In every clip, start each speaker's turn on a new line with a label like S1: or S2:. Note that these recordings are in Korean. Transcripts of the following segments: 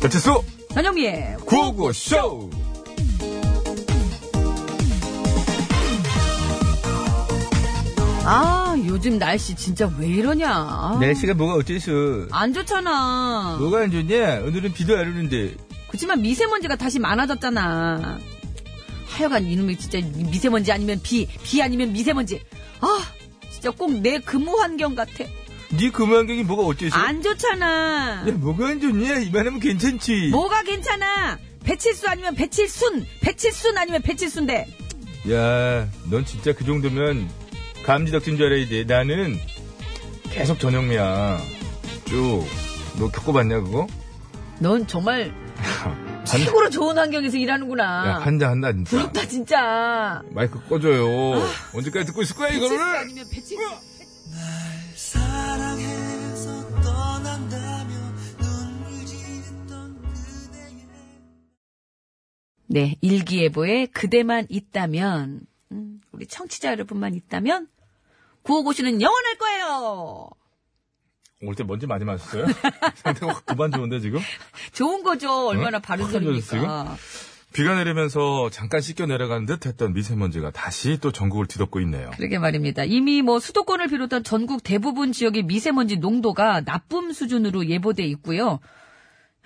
S1: 배치수
S2: 전영미의
S1: 구호구쇼
S2: 아 요즘 날씨 진짜 왜 이러냐 아,
S1: 날씨가 어? 뭐가 어째서
S2: 안 좋잖아
S1: 뭐가 안 좋냐 오늘은 비도 안 오는데
S2: 그치만 미세먼지가 다시 많아졌잖아 하여간 이놈의 진짜 미세먼지 아니면 비, 비 아니면 미세먼지 아 진짜 꼭 내 근무 환경 같아
S1: 네 근무 환경이 뭐가 어째서
S2: 안 좋잖아
S1: 야 뭐가 안 좋냐 이만하면 괜찮지
S2: 뭐가 괜찮아 배칠수 아니면 배칠순 배칠순 아니면 배칠순데
S1: 야 넌 진짜 그 정도면 감지덕진 줄 알아야 돼 나는 계속 전영미야 쭉 너 겪어봤냐 그거?
S2: 넌 정말 최고로 좋은 환경에서 일하는구나
S1: 야 한다 한다 진짜
S2: 아. 부럽다 아. 진짜
S1: 마이크 꺼줘요 언제까지 듣고 있을 거야
S2: 배칠수
S1: 이거를
S2: 아니면 배칠순
S3: 사랑해서 떠난다며 눈물 짓던 그대의
S2: 네, 일기예보에 그대만 있다면, 음, 우리 청취자 여러분만 있다면, 구호고시는 영원할 거예요!
S1: 올 때 먼지 많이 마셨어요? 상태가 확 그만 좋은데 지금?
S2: 좋은 거죠. 얼마나
S1: 응?
S2: 바른
S1: 큰일
S2: 소리입니까.
S1: 비가 내리면서 잠깐 씻겨 내려간 듯 했던 미세먼지가 다시 또 전국을 뒤덮고 있네요.
S2: 그러게 말입니다. 이미 뭐 수도권을 비롯한 전국 대부분 지역의 미세먼지 농도가 나쁨 수준으로 예보돼 있고요.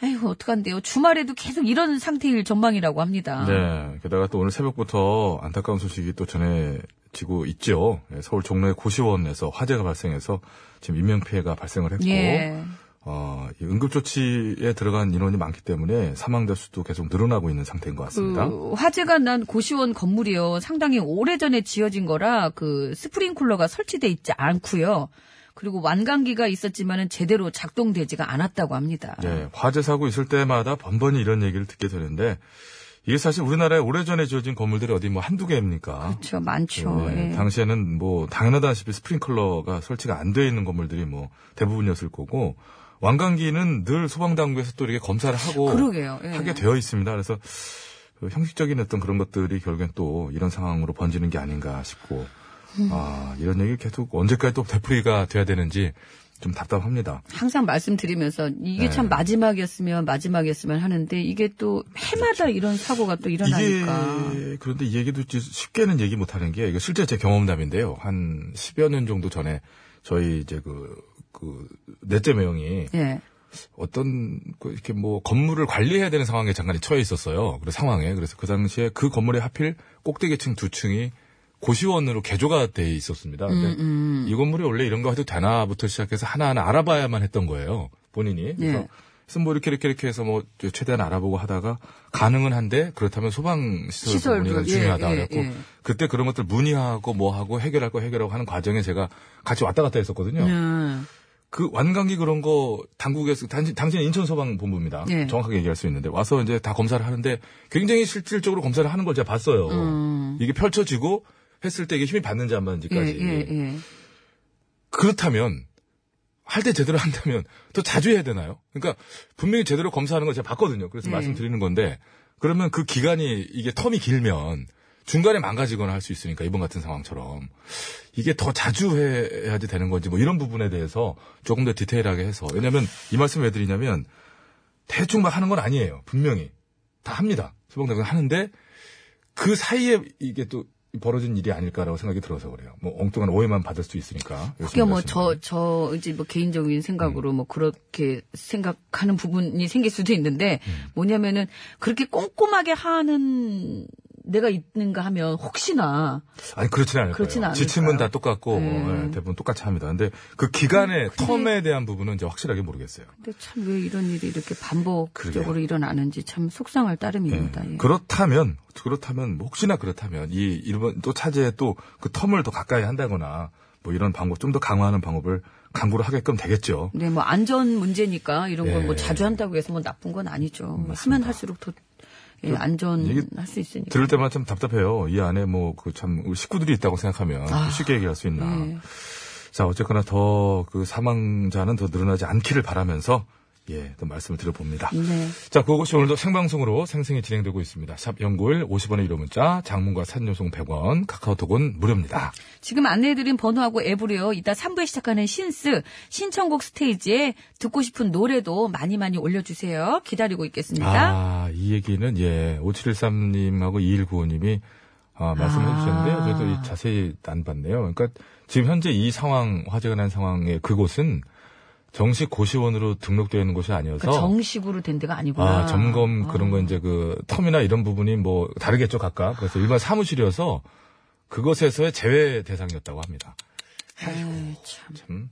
S2: 아이고, 어떡한데요. 주말에도 계속 이런 상태일 전망이라고 합니다.
S1: 네. 게다가 또 오늘 새벽부터 안타까운 소식이 또 전해지고 있죠. 예, 서울 종로의 고시원에서 화재가 발생해서 지금 인명피해가 발생을 했고,
S2: 예.
S1: 어, 이 응급조치에 들어간 인원이 많기 때문에 사망자 수도 계속 늘어나고 있는 상태인 것 같습니다.
S2: 그 화재가 난 고시원 건물이요. 상당히 오래전에 지어진 거라 그 스프링쿨러가 설치돼 있지 않고요. 그리고 완강기가 있었지만은 제대로 작동되지가 않았다고 합니다.
S1: 네, 화재 사고 있을 때마다 번번이 이런 얘기를 듣게 되는데, 이게 사실 우리나라에 오래전에 지어진 건물들이 어디 뭐 한두 개입니까?
S2: 그렇죠. 많죠.
S1: 네,
S2: 예.
S1: 당시에는 뭐 당연하다시피 스프링클러가 설치가 안 돼 있는 건물들이 뭐 대부분이었을 거고 완강기는 늘 소방당국에서 또 이렇게 검사를 하고
S2: 그러게요. 예.
S1: 하게 되어 있습니다. 그래서 그 형식적인 어떤 그런 것들이 결국엔 또 이런 상황으로 번지는 게 아닌가 싶고 아 이런 얘기 계속 언제까지 또 되풀이가 돼야 되는지 좀 답답합니다.
S2: 항상 말씀드리면서 이게
S1: 네.
S2: 참 마지막이었으면 마지막이었으면 하는데 이게 또 해마다
S1: 그렇죠.
S2: 이런 사고가 또 일어나니까.
S1: 이게 그런데 이 얘기도 지- 쉽게는 얘기 못하는 게 이거 실제 제 경험담인데요. 한 10여 년 정도 전에 저희 이제 그, 그 넷째 매형이
S2: 예.
S1: 어떤 그 이렇게 뭐 건물을 관리해야 되는 상황에 잠깐 처해 있었어요. 그 상황에 그래서 그 당시에 그 건물에 하필 꼭대기층 두 층이 고시원으로 개조가 돼 있었습니다.
S2: 음,
S1: 근데 이 건물이 원래 이런 거 해도 되나부터 시작해서 하나하나 알아봐야만 했던 거예요. 본인이. 그래서,
S2: 예.
S1: 그래서 뭐 이렇게 이렇게 이렇게 해서 뭐 최대한 알아보고 하다가 가능은 한데 그렇다면 소방 시설
S2: 시설도,
S1: 문의가
S2: 예,
S1: 중요하다
S2: 예,
S1: 그랬고
S2: 예.
S1: 그때 그런 것들 문의하고 뭐 하고 해결할 거 해결하고 하는 과정에 제가 같이 왔다 갔다 했었거든요.
S2: 음.
S1: 그 완강기 그런 거 당국에서 당신 당신 인천 소방 본부입니다.
S2: 예.
S1: 정확하게 얘기할 수 있는데 와서 이제 다 검사를 하는데 굉장히 실질적으로 검사를 하는 걸 제가 봤어요.
S2: 음.
S1: 이게 펼쳐지고 했을 때 이게 힘이 받는지 안
S2: 예,
S1: 받는지까지.
S2: 예, 예.
S1: 그렇다면 할 때 제대로 한다면 더 자주 해야 되나요? 그러니까 분명히 제대로 검사하는 걸 제가 봤거든요. 그래서
S2: 예.
S1: 말씀드리는 건데 그러면 그 기간이 이게 텀이 길면 중간에 망가지거나 할 수 있으니까 이번 같은 상황처럼 이게 더 자주 해야지 되는 건지 뭐 이런 부분에 대해서 조금 더 디테일하게 해서 왜냐면 이 말씀 왜 드리냐면 대충 막 하는 건 아니에요. 분명히 다 합니다. 소방당국 하는데 그 사이에 이게 또 벌어진 일이 아닐까라고 생각이 들어서 그래요. 뭐 엉뚱한 오해만 받을 수 있으니까.
S2: 그게 뭐 저 저 이제 뭐 개인적인 생각으로
S1: 음.
S2: 뭐 그렇게 생각하는 부분이 생길 수도 있는데
S1: 음.
S2: 뭐냐면은 그렇게 꼼꼼하게 하는 내가 있는가 하면 혹시나
S1: 아니 그렇진 않을
S2: 그렇진
S1: 거예요.
S2: 않을까요?
S1: 지침은 다 똑같고
S2: 네.
S1: 뭐, 예, 대부분 똑같이 합니다. 근데 그
S2: 음,
S1: 기간의 텀에 대한 부분은 이제 확실하게 모르겠어요.
S2: 근데 참 왜 이런 일이 이렇게 반복적으로
S1: 그러게요.
S2: 일어나는지 참 속상할 따름입니다.
S1: 예.
S2: 예.
S1: 그렇다면 그렇다면 뭐 혹시나 그렇다면 이 일본 또 차제에 또 그 텀을 더 가까이 한다거나 뭐 이런 방법 좀 더 강화하는 방법을 강구를 하게끔 되겠죠.
S2: 근데 뭐 안전 문제니까 이런 걸 뭐
S1: 예.
S2: 자주 한다고 해서 뭐 나쁜 건 아니죠. 하면
S1: 맞습니다. 그
S2: 할수록 더 예,
S1: 이게
S2: 안전할 수 있으니까.
S1: 들을 때마다 참 답답해요. 이 안에 뭐 그 참 식구들이 있다고 생각하면
S2: 아,
S1: 쉽게 얘기할 수 있나.
S2: 예.
S1: 자 어쨌거나 더 그 사망자는 더 늘어나지 않기를 바라면서 예, 또 말씀을 드려봅니다.
S2: 네.
S1: 자, 그것이 오늘도 생방송으로 생생히 진행되고 있습니다. 샵 연구일 50원의 1호 문자, 장문과 산요송 100원, 카카오톡은 무료입니다.
S2: 지금 안내해드린 번호하고 앱으로요. 이따 3부에 시작하는 신스 신청곡 스테이지에 듣고 싶은 노래도 많이 많이 올려주세요. 기다리고 있겠습니다.
S1: 아, 이 얘기는 예, 5713님하고 2195님이 아, 말씀해
S2: 아.
S1: 주셨는데요. 저도 이 자세히 안 봤네요. 그러니까 지금 현재 이 상황, 화제가 난 상황의 그곳은 정식 고시원으로 등록되어 있는 곳이 아니어서
S2: 그러니까 정식으로 된 데가 아니구나.
S1: 아, 점검 그런 거
S2: 어.
S1: 이제 그 텀이나 이런 부분이 뭐 다르겠죠, 각각. 그래서 일반 사무실이어서 그것에서의 제외 대상이었다고 합니다.
S2: 에이, 참.
S1: 참,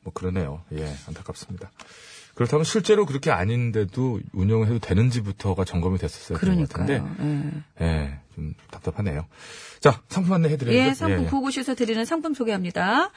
S1: 뭐 그러네요. 예, 안타깝습니다. 그렇다면 실제로 그렇게 아닌데도 운영해도 되는지부터가 점검이 됐었어요.
S2: 그러니까요.
S1: 예, 좀 답답하네요. 자, 상품 안내 해드려야죠.
S2: 예, 상품 보고쇼에서 드리는 상품 소개합니다.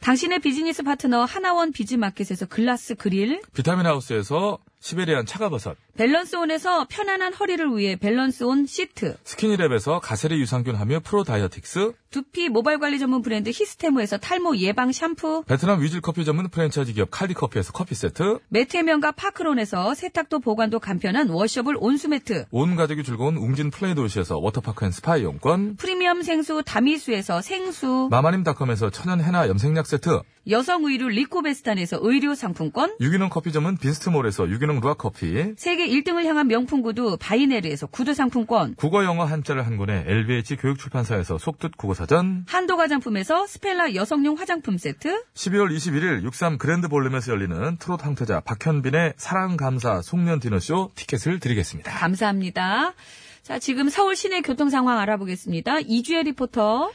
S2: 당신의 비즈니스 파트너 하나원 비즈마켓에서 글라스 그릴,
S1: 비타민 하우스에서 시베리안 차가버섯,
S2: 밸런스온에서 편안한 허리를 위해 밸런스온 시트,
S1: 스키니랩에서 가세리 유산균 함유 프로 다이어틱스,
S2: 두피 모발 관리 전문 브랜드 히스테모에서 탈모 예방 샴푸,
S1: 베트남 위즐 커피 전문 프랜차이즈 기업 칼디 커피에서 커피 세트,
S2: 매트 해면과 파크론에서 세탁도 보관도 간편한 워셔블 온수매트,
S1: 온 가족이 즐거운 웅진 플레이 도시에서 워터파크 앤 스파 이용권,
S2: 프리미엄 생수 다미수에서 생수,
S1: 마마님닷컴에서 천연 해나 염색약 세트,
S2: 여성 의류 리코베스탄에서 의류 상품권,
S1: 유기농 커피 점은 빈스트몰에서 유기농 루아 커피,
S2: 세계 1등을 향한 명품 구두 바이네르에서 구두 상품권,
S1: 국어 영어 한자를 한 권에 LBH 교육출판사에서 속뜻 국어사전,
S2: 한도 화장품에서 스펠라 여성용 화장품 세트,
S1: 12월 21일 63 그랜드 볼륨에서 열리는 트롯 황태자 박현빈의 사랑감사 송년 디너쇼 티켓을 드리겠습니다.
S2: 감사합니다. 자, 지금 서울 시내 교통 상황 알아보겠습니다. 이주혜 리포터.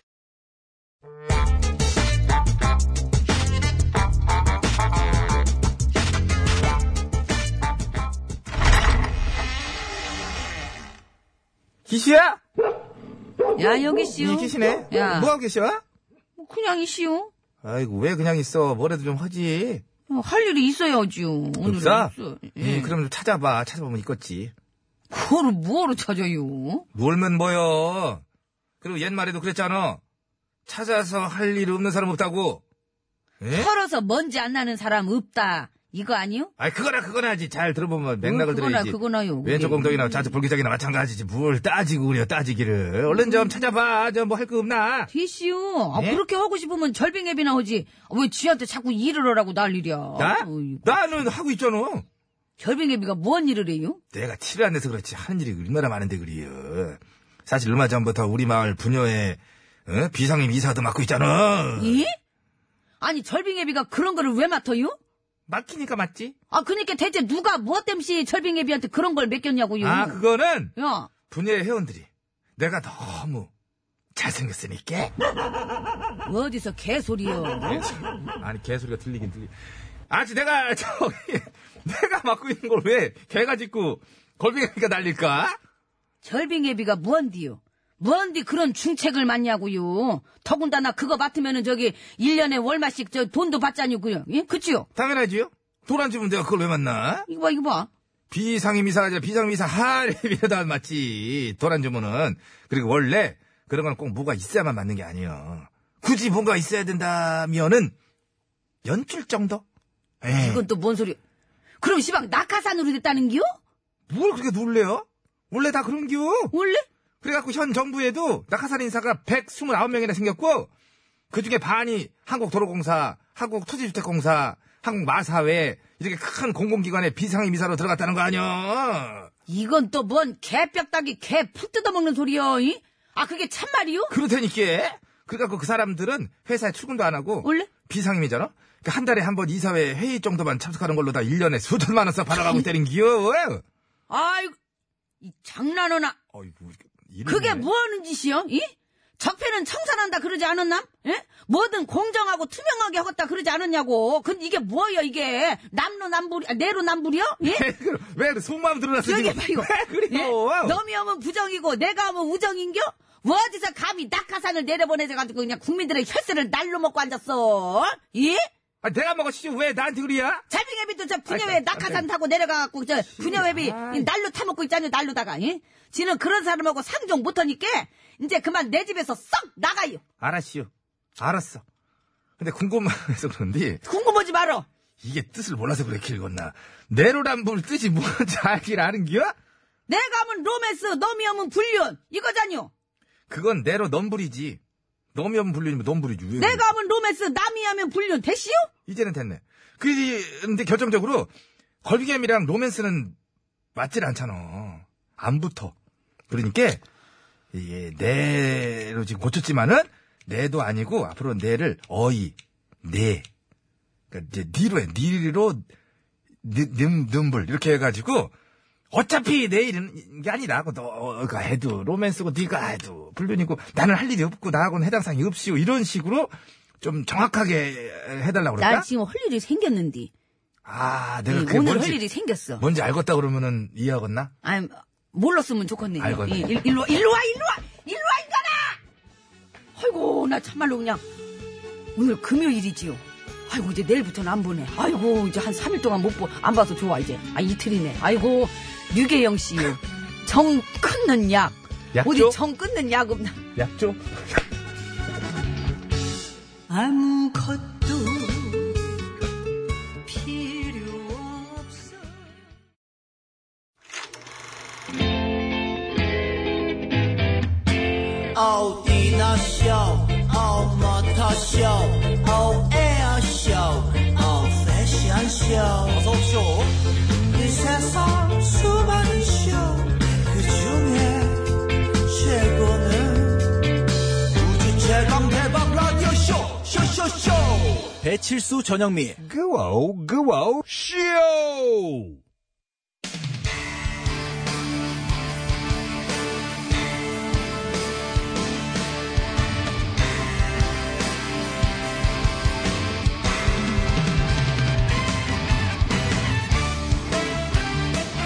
S4: 기시야?
S2: 야, 여기 씨요.
S4: 이 기시네?
S2: 야.
S4: 뭐하고 계셔?
S2: 뭐 그냥 이씨요.
S4: 아이고, 왜 그냥 있어? 뭐라도 좀 하지.
S2: 어, 할 일이 있어야지요. 오늘은
S4: 없어?
S2: 없어. 예.
S4: 음, 그럼 좀 찾아봐. 찾아보면 있겠지.
S2: 그거를 뭐로 찾아요?
S4: 놀면 뭐여. 그리고 옛말에도 그랬잖아. 찾아서 할 일 없는 사람 없다고. 예?
S2: 털어서 먼지 안 나는 사람 없다. 이거 아니요?
S4: 아이, 그거나 그거나 하지. 잘 들어보면
S2: 어,
S4: 맥락을
S2: 그거나
S4: 들어야지.
S2: 그거나요.
S4: 왼쪽
S2: 그게.
S4: 엉덩이나 좌측 볼기장이나 마찬가지지. 뭘 따지고 그래요, 따지기를. 얼른 좀 찾아봐. 좀 뭐 할 거 없나?
S2: 되시요. 아,
S4: 예?
S2: 그렇게 하고 싶으면 절빙앱이나 하지. 아, 왜 지한테 자꾸 일을 하라고 난리랴.
S4: 나?
S2: 어이구.
S4: 나는 하고 있잖아.
S2: 절빙앱이가 뭔 일을 해요?
S4: 내가 티를 안 내서 그렇지 하는 일이 얼마나 많은데 그리요. 사실 얼마 전부터 우리 마을 부녀의 어? 비상임 이사도 맡고 있잖아.
S2: 예? 아니 절빙애비가 그런 거를 왜 맡아요?
S4: 맡기니까 맞지?
S2: 아 그러니까 대체 누가 무엇 땜시 절빙애비한테 그런 걸 맡겼냐고요?
S4: 아 그거는
S2: 야
S4: 부녀의 회원들이 내가 너무 잘생겼으니까.
S2: 어디서 개소리요?
S4: 예? 아니 개소리가 들리긴 들리. 아지 내가 저기 내가 맡고 있는 걸 왜 개가 짖고 걸빙이니까 날릴까?
S2: 절빙애비가 뭔디요? 뭔디 그런 중책을 맡냐고요? 더군다나 그거 맡으면은 저기 1년에 월마씩 저 돈도 받자니고요. 예? 그치요?
S4: 당연하지요. 돈안 주면 내가 그걸 왜 만나?
S2: 이거 봐 이거 봐.
S4: 비상임 이사가 아니라 비상임 이사 할이라도 안 맞지. 도란 주문은. 그리고 원래 그런 건 꼭 뭐가 있어야만 맞는 게 아니에요. 굳이 뭔가 있어야 된다면은 연출 정도? 예. 에이,
S2: 이건 또 뭔 소리? 그럼 시방 낙하산으로 됐다는 기요?
S4: 뭘 그렇게 놀래요? 원래 다 그런 기요.
S2: 원래?
S4: 그래갖고 현 정부에도 낙하산 인사가 129명이나 생겼고 그중에 반이 한국도로공사, 한국토지주택공사, 한국마사회 이렇게 큰 공공기관에 비상임 이사로 들어갔다는 거 아니야.
S2: 이건 또 뭔 개뼈따기 개 푹 뜯어먹는 소리요? 이? 아 그게 참말이요?
S4: 그렇다니까. 그래갖고 그 사람들은 회사에 출근도 안 하고
S2: 원래?
S4: 비상임이잖아. 그러니까 한 달에 한 번 이사회 회의 정도만 참석하는 걸로 다 1년에 수천만 원써 받아가고 때린 기요.
S2: 아이고, 이 장난하나.
S4: 어이구, 이름이
S2: 그게
S4: 왜?
S2: 뭐 하는 짓이요? 이? 적폐는 청산한다 그러지 않았나? 예? 뭐든 공정하고 투명하게 하겠다 그러지 않았냐고. 근데 이게 뭐예요, 이게? 남로 남불, 아, 내로 남불이요? 예?
S4: 왜 그래? 왜 그래? 속마음 드러났어
S2: 저기
S4: 지금.
S2: 봐, 이거.
S4: 왜
S2: 예?
S4: 그래요?
S2: 너미 하면 부정이고, 내가 하면 우정인겨? 뭐 어디서 감히 낙하산을 내려보내져가지고 그냥 국민들의 혈세를 날로 먹고 앉았어? 예?
S4: 아, 내가 먹었지 왜 나한테 그래야?
S2: 잘빙애비도 저
S4: 아이,
S2: 분녀회
S4: 아이,
S2: 낙하산 타고 내려가갖고 저 분녀회비
S4: 아,
S2: 이 날로 타먹고 있잖아요 날로다가 예? 지는 그런 사람하고 상종 못하니까 이제 그만 내 집에서 썩 나가요
S4: 알았시오. 알았어. 근데 궁금해서 그런데
S2: 궁금하지 말어
S4: 이게 뜻을 몰라서 그렇게 읽었나. 내로란불 뜻이 뭔지 알길 아는 기야?
S2: 내가 하면 로맨스, 너미 하면 불륜. 이거잖요.
S4: 음. 그건 내로 넘불이지. 넘이면 불리면 넘불이지. 왜
S2: 내가 하면 로맨스, 남이 하면 불륜. 됐시요?
S4: 이제는 됐네. 그런데 결정적으로 걸비겜이랑 로맨스는 맞질 않잖아. 안 붙어. 그러니까 이게 내로 지금 고쳤지만은 내도 아니고 앞으로 내를 어이 내 그러니까 이제 니로 해 니로 늠 늠불 이렇게 해가지고 어차피 내일은 게 아니다. 그 너가 해도 로맨스고 네가 해도 불륜이고 나는 할 일이 없고 나하고는 해당사항이 없시오 이런 식으로 좀 정확하게 해달라고 그럴까?
S2: 나 지금 할 일이 생겼는디.
S4: 아,
S2: 응,
S4: 내가 그게
S2: 오늘
S4: 뭔지,
S2: 할 일이 생겼어.
S4: 뭔지 알겠다 그러면은 이해하겠나?
S2: 아니, 몰랐으면 좋겠네. 요
S4: 알거든.
S2: 일, 일- 일로, 와, 일로 와, 일로 와! 일로 와, 인간아! 아이고, 나 참말로 그냥. 오늘 금요일이지요. 아이고, 이제 내일부터는 안 보네. 아이고, 이제 한 3일 동안 못 보, 안 봐서 좋아, 이제. 아, 이틀이네. 아이고, 유계영 씨요. 정 끊는 약.
S4: 약
S2: 어디
S4: 줘?
S2: 정 끊는 약 없나?
S4: 약조?
S2: 아무것도 필요 없어.
S3: 오 디너쇼 오 모터쇼 오 에어쇼 오 패션쇼 어서쇼 이 세상 수많은 쇼그 중에 최고는 우주 최강 대박 라디오 쇼 쇼쇼쇼 배칠수 전영미
S4: 그와우, 그와우, 쇼!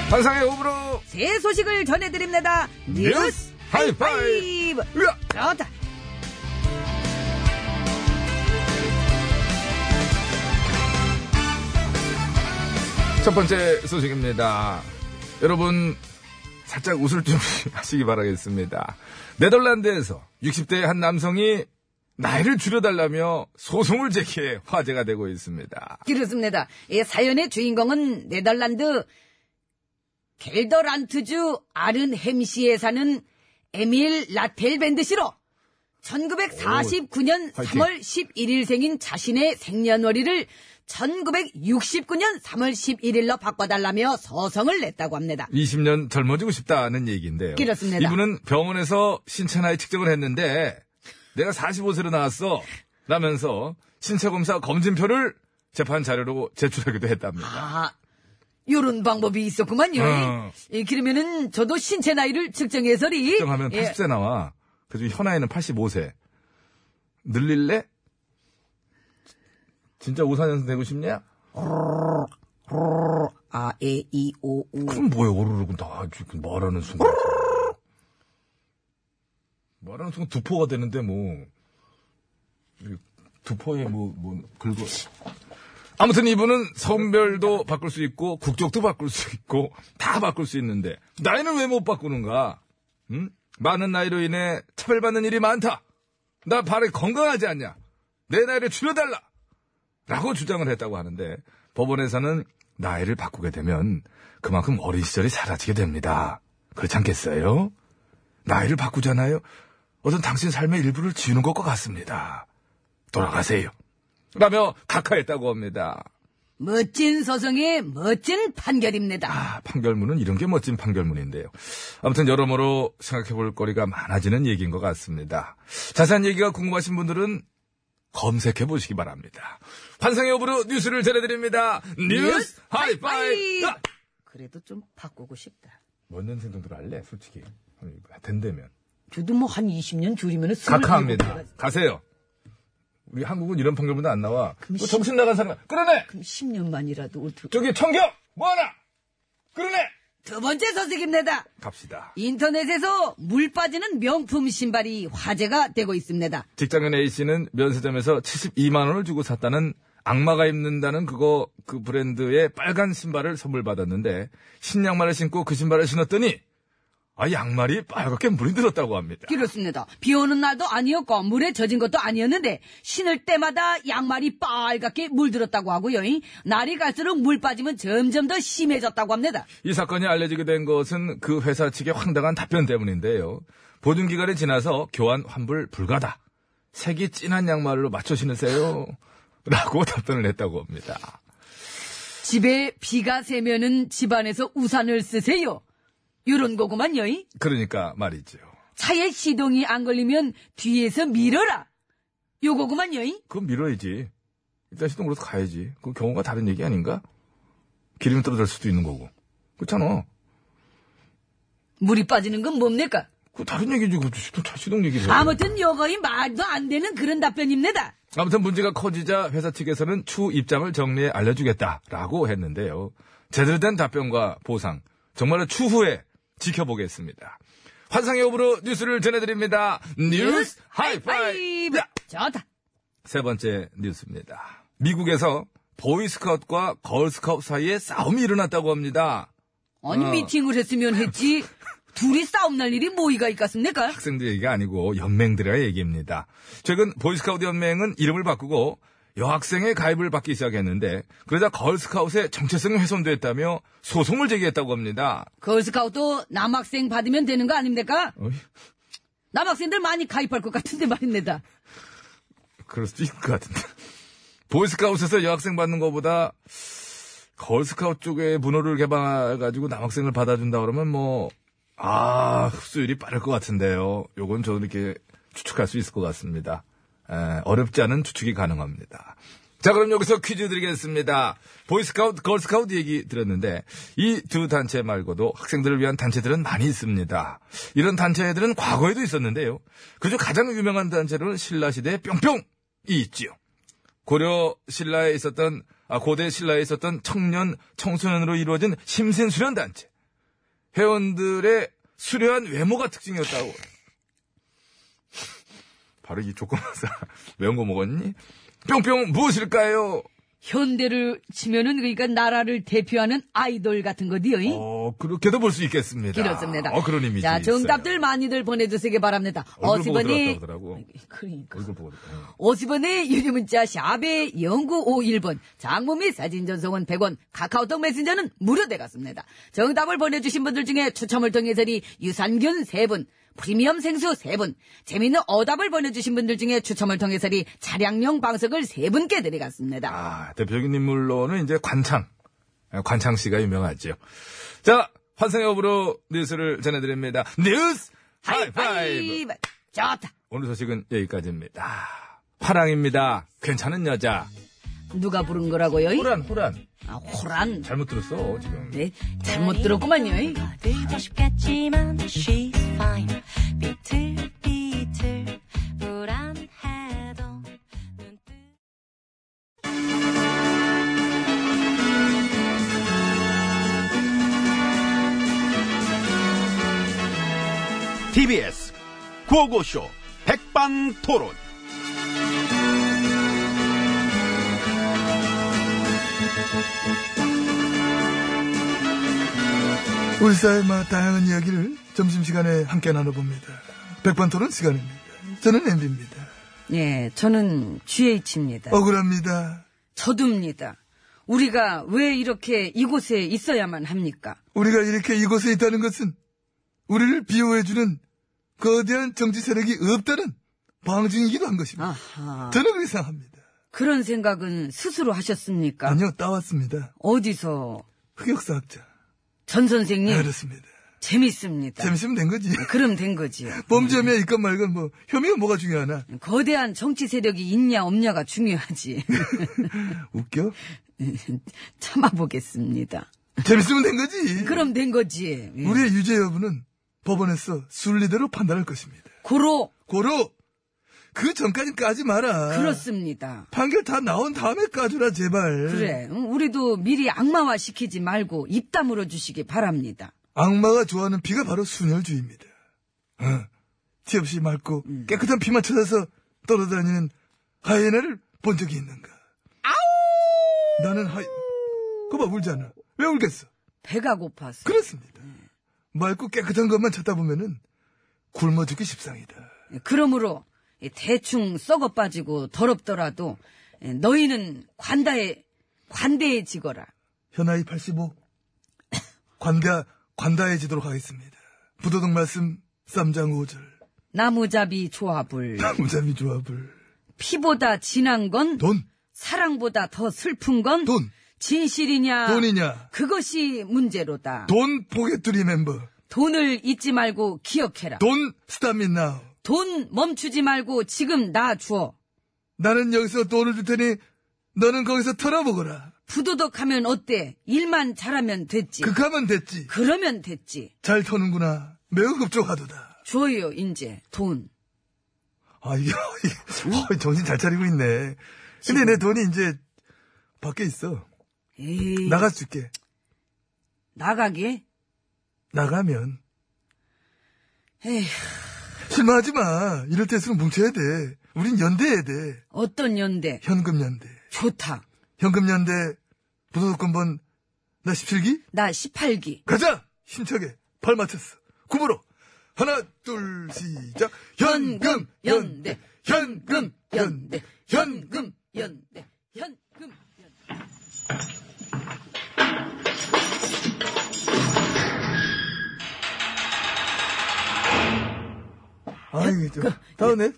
S4: 환상의 호불호!
S2: 새 소식을 전해드립니다. 뉴스 하이파이브.
S4: 으아!
S2: 그렇다.
S4: 첫 번째 소식입니다. 여러분, 살짝 웃을 준비하시기 바라겠습니다. 네덜란드에서 60대 한 남성이 나이를 줄여달라며 소송을 제기해 화제가 되고 있습니다.
S2: 그렇습니다. 이 사연의 주인공은 네덜란드 겔더란트주 아른햄시에 사는 에밀 라텔밴드 씨로 1949년
S4: 화이팅.
S2: 3월 11일생인 자신의 생년월일을 1969년 3월 11일로 바꿔달라며 서성을 냈다고 합니다.
S4: 20년 젊어지고 싶다는 얘기인데요.
S2: 그렇습니다.
S4: 이분은 병원에서 신체 나이 측정을 했는데 내가 45세로 나왔어 라면서 신체 검사 검진표를 재판 자료로 제출하기도 했답니다.
S2: 아, 요런 방법이 있었구만요.
S4: 어.
S2: 예, 그러면은 저도 신체 나이를 측정해서리.
S4: 측정하면
S2: 예.
S4: 80세 나와. 그중에 현아에는 85세. 늘릴래? 진짜 54년생 되고 싶냐?
S2: 아, 에, 이, 오, 우.
S4: 그럼 뭐야, 오르르고 나 아주 그 말하는 순간. 말하는 순간 두포가 되는데, 뭐. 이 두포에 뭐, 뭐, 긁어. 아무튼 이분은 성별도 바꿀 수 있고, 국적도 바꿀 수 있고, 다 바꿀 수 있는데, 나이는 왜 못 바꾸는가? 응? 많은 나이로 인해 차별받는 일이 많다. 나 발이 건강하지 않냐? 내 나이를 줄여달라! 라고 주장을 했다고 하는데 법원에서는 나이를 바꾸게 되면 그만큼 어린 시절이 사라지게 됩니다. 그렇지 않겠어요? 나이를 바꾸잖아요. 어떤 당신 삶의 일부를 지우는 것과 같습니다. 돌아가세요. 라며 각하했다고 합니다.
S2: 멋진 서성의 멋진 판결입니다.
S4: 아, 판결문은 이런 게 멋진 판결문인데요. 아무튼 여러모로 생각해 볼 거리가 많아지는 얘기인 것 같습니다. 자세한 얘기가 궁금하신 분들은 검색해 보시기 바랍니다. 환상의 오브로 뉴스를 전해드립니다. 뉴스 하이파이브! 아!
S2: 하이파이브! 그래도 좀 바꾸고 싶다.
S4: 몇 년생 정도로 할래, 솔직히. 된다면.
S2: 저도 뭐 한 20년 줄이면은 스물일곱
S4: 각하합니다.
S2: 살까지.
S4: 가세요. 우리 한국은 이런 판결문도 안 나와.
S2: 그럼
S4: 그
S2: 시-
S4: 정신 나간 사람, 끌어내!
S2: 그럼 10년만이라도 어떻게.
S4: 저기 청경! 뭐하나! 끌어내!
S2: 두 번째 소식입니다.
S4: 갑시다.
S2: 인터넷에서 물 빠지는 명품 신발이 화제가 되고 있습니다.
S4: 직장인 A씨는 면세점에서 72만원을 주고 샀다는 악마가 입는다는 그거, 그 브랜드의 빨간 신발을 선물 받았는데, 신양말을 신고 그 신발을 신었더니,
S1: 아, 양말이 빨갛게 물이 들었다고 합니다.
S2: 그렇습니다. 비 오는 날도 아니었고 물에 젖은 것도 아니었는데 신을 때마다 양말이 빨갛게 물들었다고 하고요. 날이 갈수록 물 빠짐은 점점 더 심해졌다고 합니다.
S1: 이 사건이 알려지게 된 것은 그 회사 측의 황당한 답변 때문인데요. 보증기간이 지나서 교환 환불 불가다. 색이 진한 양말로 맞춰 신으세요. 라고 답변을 냈다고 합니다.
S2: 집에 비가 새면은 집안에서 우산을 쓰세요. 요런 거구만요.
S1: 그러니까 말이죠.
S2: 차에 시동이 안 걸리면 뒤에서 밀어라. 요거구만요.
S1: 그건 밀어야지. 일단 시동으로서 가야지. 그 경우가 다른 얘기 아닌가? 기름이 떨어질 수도 있는 거고. 그렇잖아.
S2: 물이 빠지는 건 뭡니까?
S1: 그 다른 얘기지. 그 시동, 차 시동 얘기를.
S2: 아무튼 요거이 말도 안 되는 그런 답변입니다.
S1: 아무튼 문제가 커지자 회사 측에서는 추후 입장을 정리해 알려주겠다라고 했는데요. 제대로 된 답변과 보상 정말로 추후에 지켜보겠습니다. 환상의 오브로 뉴스를 전해드립니다. 뉴스 하이파이브!
S2: 좋다.
S1: 세 번째 뉴스입니다. 미국에서 보이스카웃과 걸스카웃 사이에 싸움이 일어났다고 합니다.
S2: 아니
S1: 어.
S2: 미팅을 했으면 했지. 둘이 싸움 날 일이 뭐이가 있겠습니까?
S1: 학생들 얘기가 아니고 연맹들의 얘기입니다. 최근 보이스카우트 연맹은 이름을 바꾸고 여학생의 가입을 받기 시작했는데 그러자 걸스카우트의 정체성이 훼손됐다며 소송을 제기했다고 합니다.
S2: 걸스카우트 남학생 받으면 되는 거 아닙니까?
S1: 어이,
S2: 남학생들 많이 가입할 것 같은데 말입니다.
S1: 그럴 수도 있을 것 같은데. 보이스카우트에서 여학생 받는 것보다 걸스카우트 쪽에 분호를 개방해가지고 남학생을 받아준다 그러면 뭐, 아, 흡수율이 빠를 것 같은데요. 요건 저도 이렇게 추측할 수 있을 것 같습니다. 에, 어렵지 않은 추측이 가능합니다. 자, 그럼 여기서 퀴즈 드리겠습니다. 보이스카우트, 걸스카우트 얘기 드렸는데, 이 두 단체 말고도 학생들을 위한 단체들은 많이 있습니다. 이런 단체들은 과거에도 있었는데요. 그중 가장 유명한 단체로는 신라시대 뿅뿅이 있지요. 고려 신라에 있었던 아, 고대 신라에 있었던 청년 청소년으로 이루어진 심신 수련 단체 회원들의 수려한 외모가 특징이었다고. 바로 이 조건사 매운 거 먹었니? 뿅뿅 무엇일까요?
S2: 현대를 치면은 그러니까 나라를 대표하는 아이돌 같은 거디요.
S1: 어 그렇게도 볼 수 있겠습니다.
S2: 그렇습니다.
S1: 어 그런 의미지.
S2: 자, 정답들 많이들 보내주시기 바랍니다.
S1: 얼굴 보고 들어왔다고
S2: 50원이,
S1: 하더라고.
S2: 그러니까.
S1: 얼굴 보고 들어왔다고.
S2: 50원의 유료 문자 샵에 0951번, 장문 및 사진 전송은 100원, 카카오톡 메신저는 무료돼 갔습니다. 정답을 보내주신 분들 중에 추첨을 통해서니 유산균 3분, 프리미엄 생수 3분, 재미있는 어답을 보내주신 분들 중에 추첨을 통해서니 차량용 방석을 3분께 드리겠습니다.
S1: 아, 대표적인 인물로는 이제 관창. 아, 관창 씨가 유명하죠. 자, 환상의 업으로 뉴스를 전해드립니다. 뉴스 하이파이브!
S2: 하이파이브! 좋다.
S1: 오늘 소식은 여기까지입니다. 화랑입니다. 괜찮은 여자.
S2: 누가 부른 거라고요?
S1: 호란, 호란.
S2: 아, 호란.
S1: 잘못 들었어, 지금.
S2: 네, 잘못 들었구만요.
S5: 거들고 싶겠지만 she's fine 비틀비틀 불안해도 눈뜨
S6: TBS 구호고쇼 백반토론.
S7: 우리 사회마 다양한 이야기를 점심시간에 함께 나눠봅니다. 백반토론 시간입니다. 저는 엠비입니다.
S2: 예, 저는 GH입니다.
S7: 억울합니다.
S2: 저도입니다. 우리가 왜 이렇게 이곳에 있어야만 합니까?
S7: 우리가 이렇게 이곳에 있다는 것은 우리를 비호해주는 거대한 정치 세력이 없다는 방증이기도 한 것입니다.
S2: 아하.
S7: 저는 그렇게 생각합니다.
S2: 그런 생각은 스스로 하셨습니까?
S7: 아니요, 따왔습니다.
S2: 어디서?
S7: 흑역사학자.
S2: 전 선생님,
S7: 그렇습니다.
S2: 네, 재밌습니다.
S7: 재밌으면 된 거지.
S2: 그럼 된 거지요.
S7: 범죄면 이건 말건 뭐 혐의가 뭐가 중요하나?
S2: 거대한 정치 세력이 있냐 없냐가 중요하지.
S7: 웃겨?
S2: 참아보겠습니다.
S7: 재밌으면 된 거지.
S2: 그럼 된 거지. 예.
S7: 우리의 유죄 여부는 법원에서 순리대로 판단할 것입니다.
S2: 고로
S7: 고로 그 전까지 까지
S2: 아.
S7: 마라.
S2: 그렇습니다.
S7: 판결 다 나온 다음에 까주라 제발.
S2: 그래, 응, 우리도 미리 악마화 시키지 말고 입 다물어 주시기 바랍니다.
S7: 악마가 좋아하는 피가 바로 순혈주의입니다. 어, 티 없이 맑고
S2: 음.
S7: 깨끗한 피만 찾아서 떨어다니는 하이에나를 본 적이 있는가? 나는 하이. 그봐 울잖아. 왜 울겠어?
S2: 배가 고파서.
S7: 그렇습니다. 맑고 깨끗한 것만 찾다 보면은 굶어 죽기 십상이다.
S2: 예, 그러므로 대충 썩어 빠지고 더럽더라도 예, 너희는 관다에 관대에 지거라.
S7: 현아이 85. 관대, 관다해지도록 하겠습니다. 부도덕 말씀, 쌈장 5절.
S2: 나무잡이 조합을
S7: 무자비 조합을.
S2: 피보다 진한 건
S7: 돈!
S2: 사랑보다 더 슬픈 건
S7: 돈!
S2: 진실이냐
S7: 돈이냐?
S2: 그것이 문제로다.
S7: 돈 포개뚜리 멤버.
S2: 돈을 잊지 말고 기억해라.
S7: 돈 스타민나우.
S2: 돈 멈추지 말고 지금 나 주어.
S7: 나는 여기서 돈을 줄 테니 너는 거기서 털어먹어라.
S2: 부도덕하면 어때? 일만 잘하면 됐지.
S7: 극하면 됐지.
S2: 그러면 됐지.
S7: 잘 터는구나. 매우 급조하도다.
S2: 줘요 이제 돈.
S7: 아, 이게, 이게, 어, 정신 잘 차리고 있네. 근데 내 돈이 이제 밖에 있어.
S2: 에이,
S7: 나갈 수 있게.
S2: 나가게?
S7: 나가면.
S2: 에휴,
S7: 실망하지 마. 이럴 때일수록 뭉쳐야 돼. 우린 연대해야 돼.
S2: 어떤 연대?
S7: 현금 연대.
S2: 좋다.
S7: 현금 연대. 부도덕권번 나 17기?
S2: 나 18기.
S7: 가자! 힘차게. 발 맞췄어. 구부로. 하나, 둘, 시작. 현금, 연대. 현금, 연대. 현금.
S2: 연대. 현금. 연대.
S7: 아이, 저, 다음에.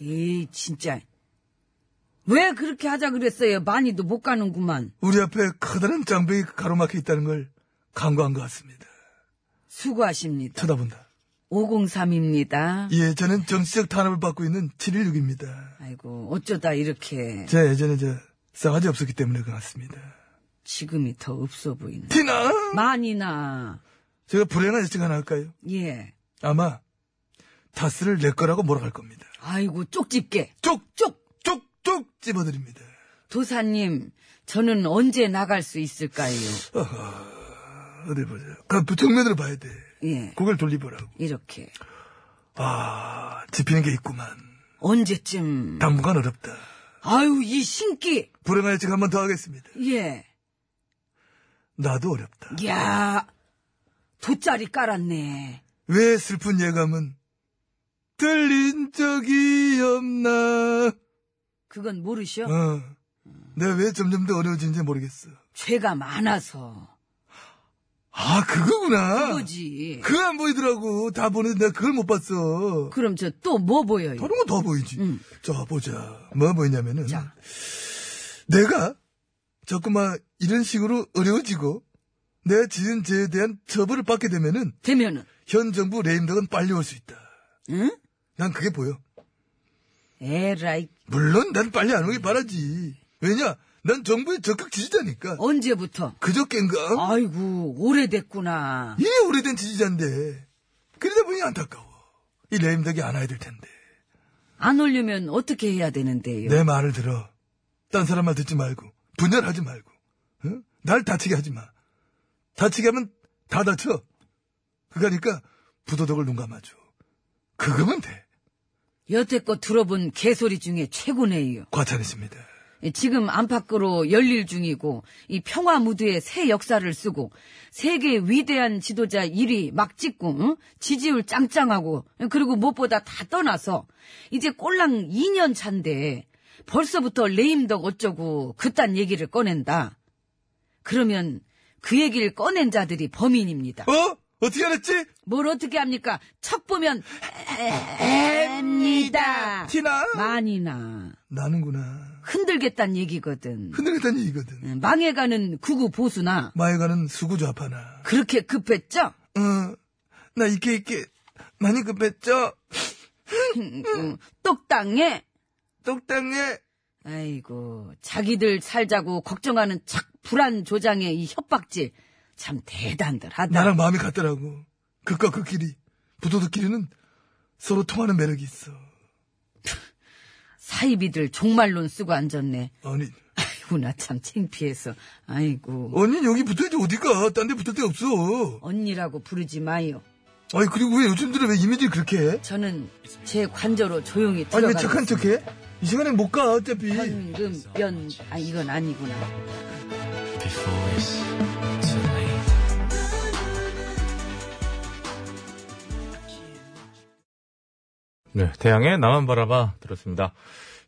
S2: 에이, 진짜. 왜 그렇게 하자 그랬어요? 많이도 못 가는구만.
S7: 우리 앞에 커다란 장벽이 가로막혀 있다는 걸 강구한 것 같습니다.
S2: 수고하십니다.
S7: 쳐다본다.
S2: 503입니다.
S7: 예, 저는 정치적 탄압을 받고 있는 716입니다.
S2: 아이고, 어쩌다 이렇게
S7: 제가 예전에 저, 싸가지 없었기 때문에 그렇습니다.
S2: 지금이 더 없어 보이네.
S7: 티나!
S2: 많이 나.
S7: 제가 불행한 예측 하나 할까요?
S2: 예.
S7: 아마, 다스를 내 거라고 몰아갈 겁니다.
S2: 아이고, 쪽집게.
S7: 쪽!
S2: 쪽!
S7: 쪽쪽 집어드립니다.
S2: 도사님, 저는 언제 나갈 수 있을까요?
S7: 어디 보자. 그 정면으로 봐야 돼.
S2: 예.
S7: 고개를 돌리보라고.
S2: 이렇게.
S7: 아, 집히는 게 있구만.
S2: 언제쯤.
S7: 당분간 어렵다.
S2: 아유, 이 신기.
S7: 불행한 예측 한 번 더 하겠습니다.
S2: 예.
S7: 나도 어렵다.
S2: 야 돗자리 깔았네.
S7: 왜 슬픈 예감은 들린 적이 없나?
S2: 그건 모르셔?
S7: 어. 내가 왜 점점 더 어려워지는지 모르겠어.
S2: 죄가 많아서.
S7: 아, 그거구나.
S2: 그거지.
S7: 그거 안 보이더라고. 다 보는데 내가 그걸 못 봤어.
S2: 그럼 저 또 뭐 보여요?
S7: 다른 건 다 보이지.
S2: 음.
S7: 자, 보자. 뭐 보이냐면은.
S2: 자.
S7: 내가 자꾸만 이런 식으로 어려워지고 내가 지은 죄에 대한 처벌을 받게 되면은
S2: 되면은.
S7: 현 정부 레임덕은 빨리 올 수 있다.
S2: 응?
S7: 난 그게 보여.
S2: 에라이.
S7: 물론 난 빨리 안 오길 바라지. 왜냐? 난 정부의 적극 지지자니까.
S2: 언제부터?
S7: 그저껜가?
S2: 어? 아이고, 오래됐구나.
S7: 이래 오래된 지지자인데. 그러다 보니 안타까워. 이 레임덕이 안 와야 될 텐데.
S2: 안 올려면 어떻게 해야 되는데요?
S7: 내 말을 들어. 딴 사람 말 듣지 말고. 분열하지 말고. 응? 날 다치게 하지 마. 다치게 하면 다 다쳐. 그러니까 부도덕을 눈 감아줘. 그거면 돼.
S2: 여태껏 들어본 개소리 중에 최고네요.
S7: 과찬했습니다. 어?
S2: 예, 지금 안팎으로 열릴 중이고 이 평화 무드의 새 역사를 쓰고 세계 위대한 지도자 1위 막 찍고 응? 지지율 짱짱하고 예, 그리고 무엇보다 다 떠나서 이제 꼴랑 2년 차인데 벌써부터 레임덕 어쩌고 그딴 얘기를 꺼낸다. 그러면 그 얘기를 꺼낸 자들이 범인입니다.
S7: 어? 어떻게 알았지?
S2: 뭘 어떻게 합니까? 척 보면 앱니다.
S7: 티나?
S2: 많이 나
S7: 나는구나.
S2: 흔들겠다는 얘기거든.
S7: 흔들렸다는 얘기거든.
S2: 음, 망해가는 구구 보수나
S7: 마에가는 수구좌파나.
S2: 그렇게 급했죠?
S7: 응. 나 이케 이케 많이 급했죠?
S2: 음, 똑당해.
S7: 똑당해.
S2: 아이고 자기들 살자고 걱정하는 착 불안 조장의 이 협박질 참 대단들하다.
S7: 나랑 마음이 같더라고. 극과 극끼리. 부도덕끼리는 서로 통하는 매력이 있어.
S2: 사이비들 종말론 쓰고 앉았네.
S7: 아니,
S2: 아이고 나 참 창피해서. 아이고
S7: 언니 여기 붙어야지 어디가? 딴 데 붙을 데 없어.
S2: 언니라고 부르지 마요.
S7: 아니 그리고 왜 요즘 들은 왜 이미지를 그렇게 해?
S2: 저는 제 관저로 조용히
S7: 아니 왜
S2: 들어가.
S7: 착한 척해? 이 시간에 못 가 어차피.
S2: 현금 변아 이건 아니구나.
S8: Before it's too late.
S1: 네, 태양의 나만 바라봐 들었습니다.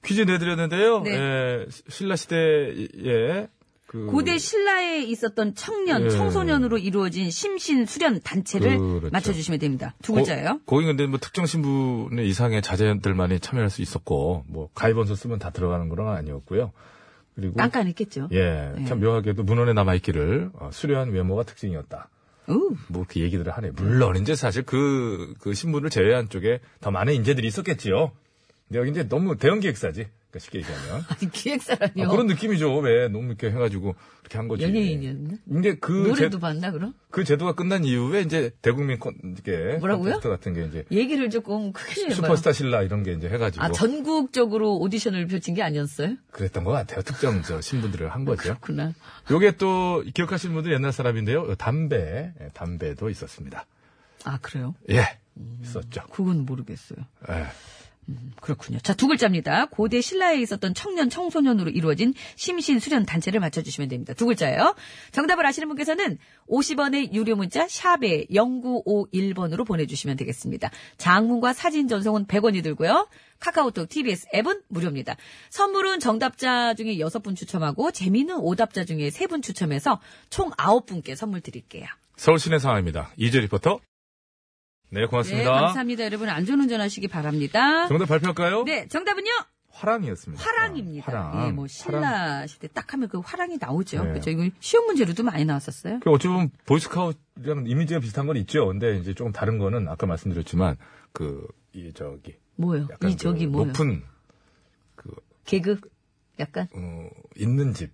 S1: 퀴즈 내드렸는데요.
S2: 네.
S1: 예, 시- 신라 시대에 그
S2: 고대 신라에 있었던 청년,
S1: 예.
S2: 청소년으로 이루어진 심신 수련 단체를
S1: 그렇죠.
S2: 맞춰주시면 됩니다. 두 글자예요.
S1: 거, 기 근데 뭐 특정 신분의 이상의 자제들만이 참여할 수 있었고 뭐 가입원서 쓰면 다 들어가는 건 아니었고요. 그리고
S2: 깐깐했겠죠.
S1: 예,
S2: 네.
S1: 참 묘하게도 문헌에 남아 있기를 어, 수려한 외모가 특징이었다.
S2: 오,
S1: 뭐 그 얘기들을 하네요. 물론 이제 사실 그, 그 신문을 제외한 쪽에 더 많은 인재들이 있었겠지요. 근데 여기 이제 너무 대형 기획사지. 그러니까 쉽게 얘기하면. 아,
S2: 아니 기획사라니요.
S1: 그런 느낌이죠. 왜 너무 이렇게 해가지고 그렇게 한 거지.
S2: 연예인이었나?
S1: 이제 그, 제,
S2: 노래도 봤나 그럼?
S1: 그 제도가 끝난 이후에 이제 대국민 콘, 이게
S2: 뭐라고요?
S1: 콘테스트 같은 게 이제
S2: 얘기를 조금 크게 좀 해봐요.
S1: 슈퍼스타 신라 이런 게 이제 해가지고
S2: 네, 아 전국적으로 오디션을 펼친 게 아니었어요?
S1: 그랬던 것 같아요. 특정 저 신분들을 한 거죠.
S2: 그렇구나.
S1: 요게 또 기억하시는 분들 옛날 사람인데요. 요 담배, 예, 담배도 있었습니다.
S2: 아 그래요?
S1: 예, 있었죠.
S2: 그건 모르겠어요. 음,
S1: 예.
S2: 그렇군요. 자, 두 글자입니다. 고대 신라에 있었던 청년, 청소년으로 이루어진 심신 수련 단체를 맞춰주시면 됩니다. 두 글자예요. 정답을 아시는 분께서는 50원의 유료 문자 샵에 0951번으로 보내주시면 되겠습니다. 장문과 사진 전송은 100원이 들고요. 카카오톡, TBS 앱은 무료입니다. 선물은 정답자 중에 6분 추첨하고 재미있는 오답자 중에 3분 추첨해서 총 9분께 선물 드릴게요.
S1: 서울 시내 상황입니다. 이재 리포터. 네,
S2: 네,
S1: 고맙습니다.
S2: 감사합니다. 여러분 안전운전 하시기 바랍니다.
S1: 정답 발표할까요?
S2: 네, 정답은요?
S1: 화랑이었습니다.
S2: 화랑입니다.
S1: 아, 화랑.
S2: 예, 뭐 신라
S1: 화랑.
S2: 시대 딱 하면 그 화랑이 나오죠.
S1: 네.
S2: 그렇죠. 이거 시험 문제로도 많이 나왔었어요.
S1: 그 어찌 보면 보이스카우트랑 이미지가 비슷한 건 있죠. 근데 이제 조금 다른 거는 아까 말씀드렸지만 그, 이 저기.
S2: 뭐요?
S1: 약간
S2: 이 저기
S1: 그
S2: 뭐요?
S1: 높은 그,
S2: 개그 약간
S1: 어, 있는 집.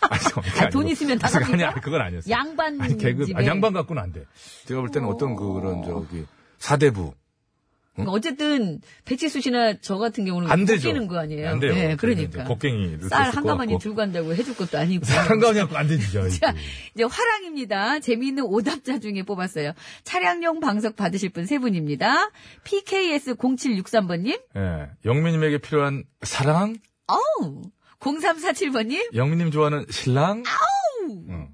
S1: 아니, 그게
S2: 아, 돈
S1: 아니고.
S2: 있으면 다
S1: 아, 아니,
S2: 갑니까?
S1: 아니, 그건 아니었어요.
S2: 양반
S1: 아니, 개그,
S2: 집에
S1: 아니, 양반 갖고는 안 돼. 제가 볼 때는 어떤 그런 저기 사대부.
S2: 그러니까 어쨌든 배치수 씨나 저 같은 경우는
S1: 안 되죠.
S2: 는거 아니에요.
S1: 안 돼요.
S2: 예,
S1: 이제
S2: 그러니까
S1: 곡괭이를
S2: 쌀
S1: 줬을
S2: 한
S1: 것
S2: 가마니
S1: 같고.
S2: 들고 간다고 해줄 것도 아니고.
S1: 한가운데 갖고 안 되죠.
S2: 자, 이제 화랑입니다. 재미있는 오답자 중에 뽑았어요. 차량용 방석 받으실 분 세 분입니다. PKS0763번님,
S1: 예. 영민님에게 필요한 사랑,
S2: 어우, 0347번님,
S1: 영민님 좋아하는 신랑, 응.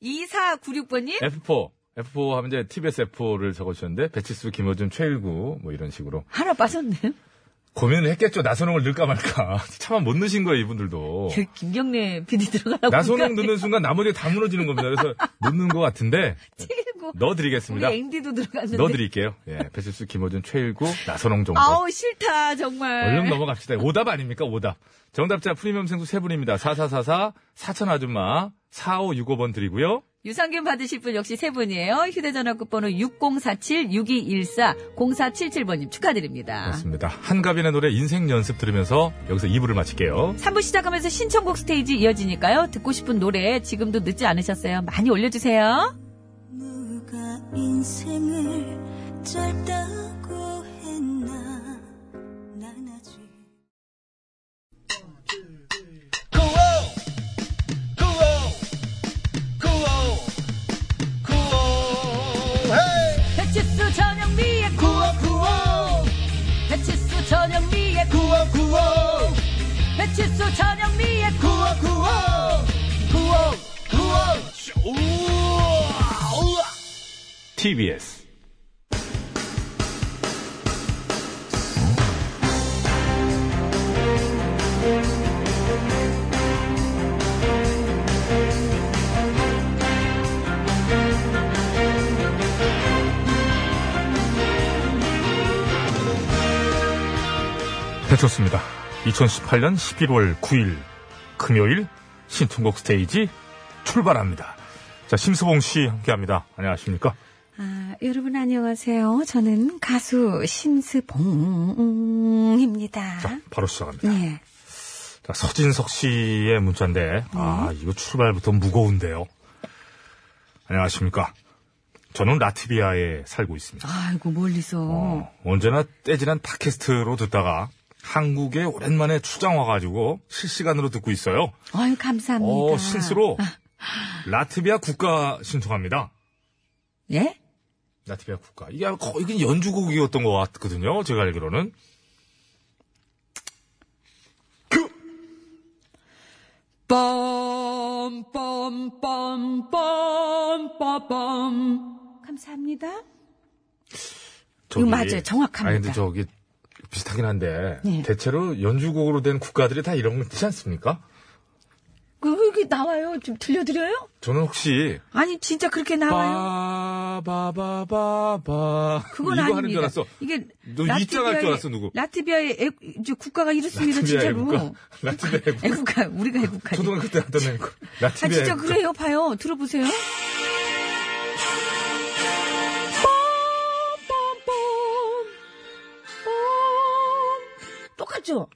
S2: 2496번님,
S1: F4. F4 하면 이제 TBS F4를 적어주셨는데, 배치수, 김호준, 최일구, 뭐 이런 식으로.
S2: 하나 빠졌네요.
S1: 고민을 했겠죠. 나선홍을 넣을까 말까. 차마 못 넣으신 거예요, 이분들도.
S2: 그 김경래 PD 들어가라고.
S1: 나선홍 넣는 순간 나머지 다 무너지는 겁니다. 그래서 못 넣은 것 같은데,
S2: 책이고. 우리
S1: 넣어드리겠습니다.
S2: 네, 앵디도 들어갔는데.
S1: 넣어드릴게요. 예. 배치수, 김호준, 최일구, 나선홍 정도.
S2: 아우 네. 싫다 정말.
S1: 얼른 넘어갑시다. 오답 아닙니까? 오답. 정답자 프리미엄 생수 세분입니다 4444, 사천 아줌마, 4565번 드리고요.
S2: 유산균 받으실 분 역시 세 분이에요. 휴대전화 끝번호 6047-6214-0477번님 축하드립니다.
S1: 그렇습니다. 한가빈의 노래 인생 연습 들으면서 여기서 2부를 마칠게요.
S2: 3부 시작하면서 신청곡 스테이지 이어지니까요. 듣고 싶은 노래 지금도 늦지 않으셨어요. 많이 올려주세요.
S5: 누가 인생을 짧다고 했나 난 아직
S2: 배치수 전영미의 구호 배치수 전영미의 구호 배치수 전영미의 구호
S1: TBS. 배쳤습니다. 2018년 11월 9일 금요일 신청곡 스테이지 출발합니다. 자, 심수봉 씨 함께합니다. 안녕하십니까?
S2: 아, 여러분 안녕하세요. 저는 가수
S1: 자,
S2: 심스봉입니다.
S1: 바로 시작합니다.
S2: 네.
S1: 자, 서진석 씨의 문자인데, 아, 이거 출발부터 무거운데요. 안녕하십니까. 저는 라트비아에 살고 있습니다.
S2: 아이고 멀리서.
S1: 어, 언제나 떼지난 팟캐스트로 듣다가 한국에 오랜만에 출장 와가지고 실시간으로 듣고 있어요.
S2: 아유 감사합니다.
S1: 어, 실수로 라트비아 국가 신청합니다.
S2: 예?
S1: 라트비아 국가. 이게 아마 거의 그냥 연주곡이었던 것 같거든요. 제가 알기로는.
S2: 빰빰빰빰빰 감사합니다.
S1: 저기-
S2: 맞아요. 정확합니다.
S1: 아니, 근데 저기 비슷하긴 한데
S2: 예.
S1: 대체로 연주곡으로 된 국가들이 다 이런 거 있지 않습니까?
S2: 그 여기 나와요. 좀 들려드려요?
S1: 저는 혹시
S2: 아니 진짜 그렇게 나와요?
S1: 바바바바바
S2: 그건
S1: 이거
S2: 아닙니다.
S1: 하는 줄 알았어.
S2: 이게
S1: 너 이자 갈줄 알았어, 누구.
S2: 라트비아의 애, 이제 국가가 이렇습니다 진짜로.
S1: 라트비아 애국가.
S2: 애국가 우리가 애국가.
S1: 초등학교 때 하던 애국.
S2: 아
S1: 라트비아
S2: 진짜
S1: 애국가.
S2: 그래요. 봐요. 들어보세요. 똑같죠?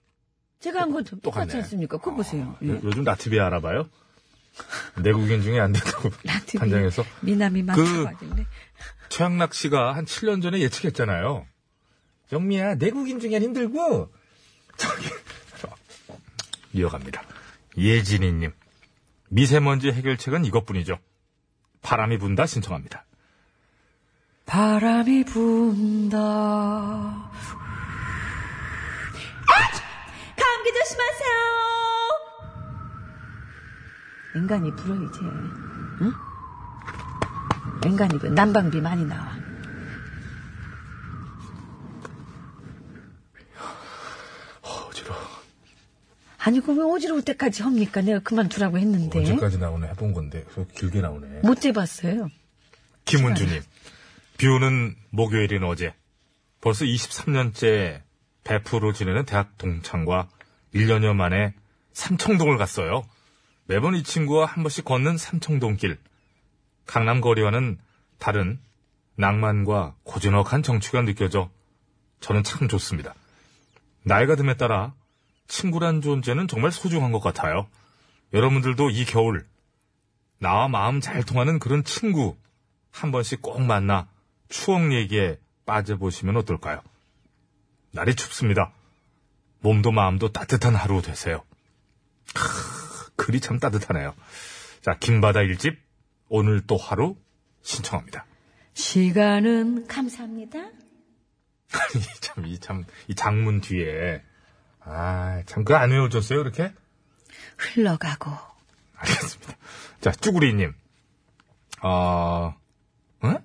S2: 제가 한 것도 똑같지
S1: 똑같네.
S2: 않습니까? 그거 보세요. 예.
S1: 요- 요즘 라트비아 알아봐요? 내국인 중에 안 된다고
S2: 라트비아.
S1: 판정해서
S2: 미남이 많다고
S1: 그-
S2: 하던데.
S1: 최양락 씨가 한 7년 전에 예측했잖아요. 영미야, 내국인 중엔 힘들고, 저기, 이어갑니다. 예진이님, 미세먼지 해결책은 이것뿐이죠. 바람이 분다 신청합니다.
S2: 바람이 분다. 아! 감기 조심하세요. 인간이 불어 이제. 응? 인간이 불어. 난방비 많이 나와.
S1: 어지러워.
S2: 아니 그럼 왜 어지러울 때까지 합니까? 내가 그만두라고 했는데.
S1: 언제까지 나오네 해본 건데, 그래서 길게 나오네.
S2: 못 재봤어요.
S1: 김은주님, 비 오는 목요일인 어제, 벌써 23년째 베프로 지내는 대학 동창과 1년여 만에 삼청동을 갔어요. 매번 이 친구와 한 번씩 걷는 삼청동 길. 강남 거리와는 다른 낭만과 고즈넉한 정취가 느껴져 저는 참 좋습니다. 나이가 듦에 따라 친구란 존재는 정말 소중한 것 같아요. 여러분들도 이 겨울 나와 마음 잘 통하는 그런 친구 한 번씩 꼭 만나 추억 얘기에 빠져보시면 어떨까요? 날이 춥습니다. 몸도 마음도 따뜻한 하루 되세요. 크, 글이 참 따뜻하네요. 자, 김바다 일집 오늘 또 하루 신청합니다.
S2: 시간은 감사합니다.
S1: 이 참, 이 참, 이 장문 뒤에. 아, 참, 그거 안 외워줬어요, 이렇게?
S2: 흘러가고
S1: 알겠습니다. 자, 쭈구리님. 어, 응?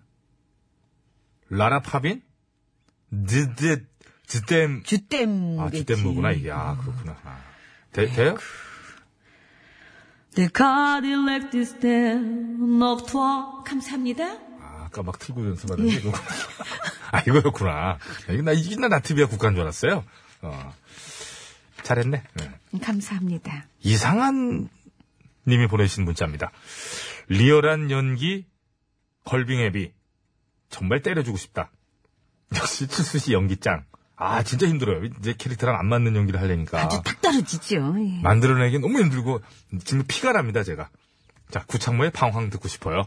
S1: 라라 파빈? 드드, 드댐.
S2: 주댐.
S1: 아, 주댐무구나, 이게. 아, 그렇구나. 아. 돼, 돼요?
S2: 내 Cadillac distem of toi. 감사합니다.
S1: 아, 아까 막 틀고 연습하던 게 이거구나. 아, 이거였구나. 아, 이거 나, 이게 나 나트비아 국가인 줄 알았어요. 어. 잘했네. 네.
S2: 감사합니다.
S1: 이상한 님이 보내신 문자입니다. 리얼한 연기 걸빙 앱이 정말 때려주고 싶다. 역시 칠수 씨 연기 짱. 아 진짜 힘들어요. 이제 캐릭터랑 안 맞는 연기를 하려니까
S2: 아주 딱 떨어지죠. 예.
S1: 만들어내기 너무 힘들고 지금 피가 납니다 제가. 자 구창모의 방황 듣고 싶어요.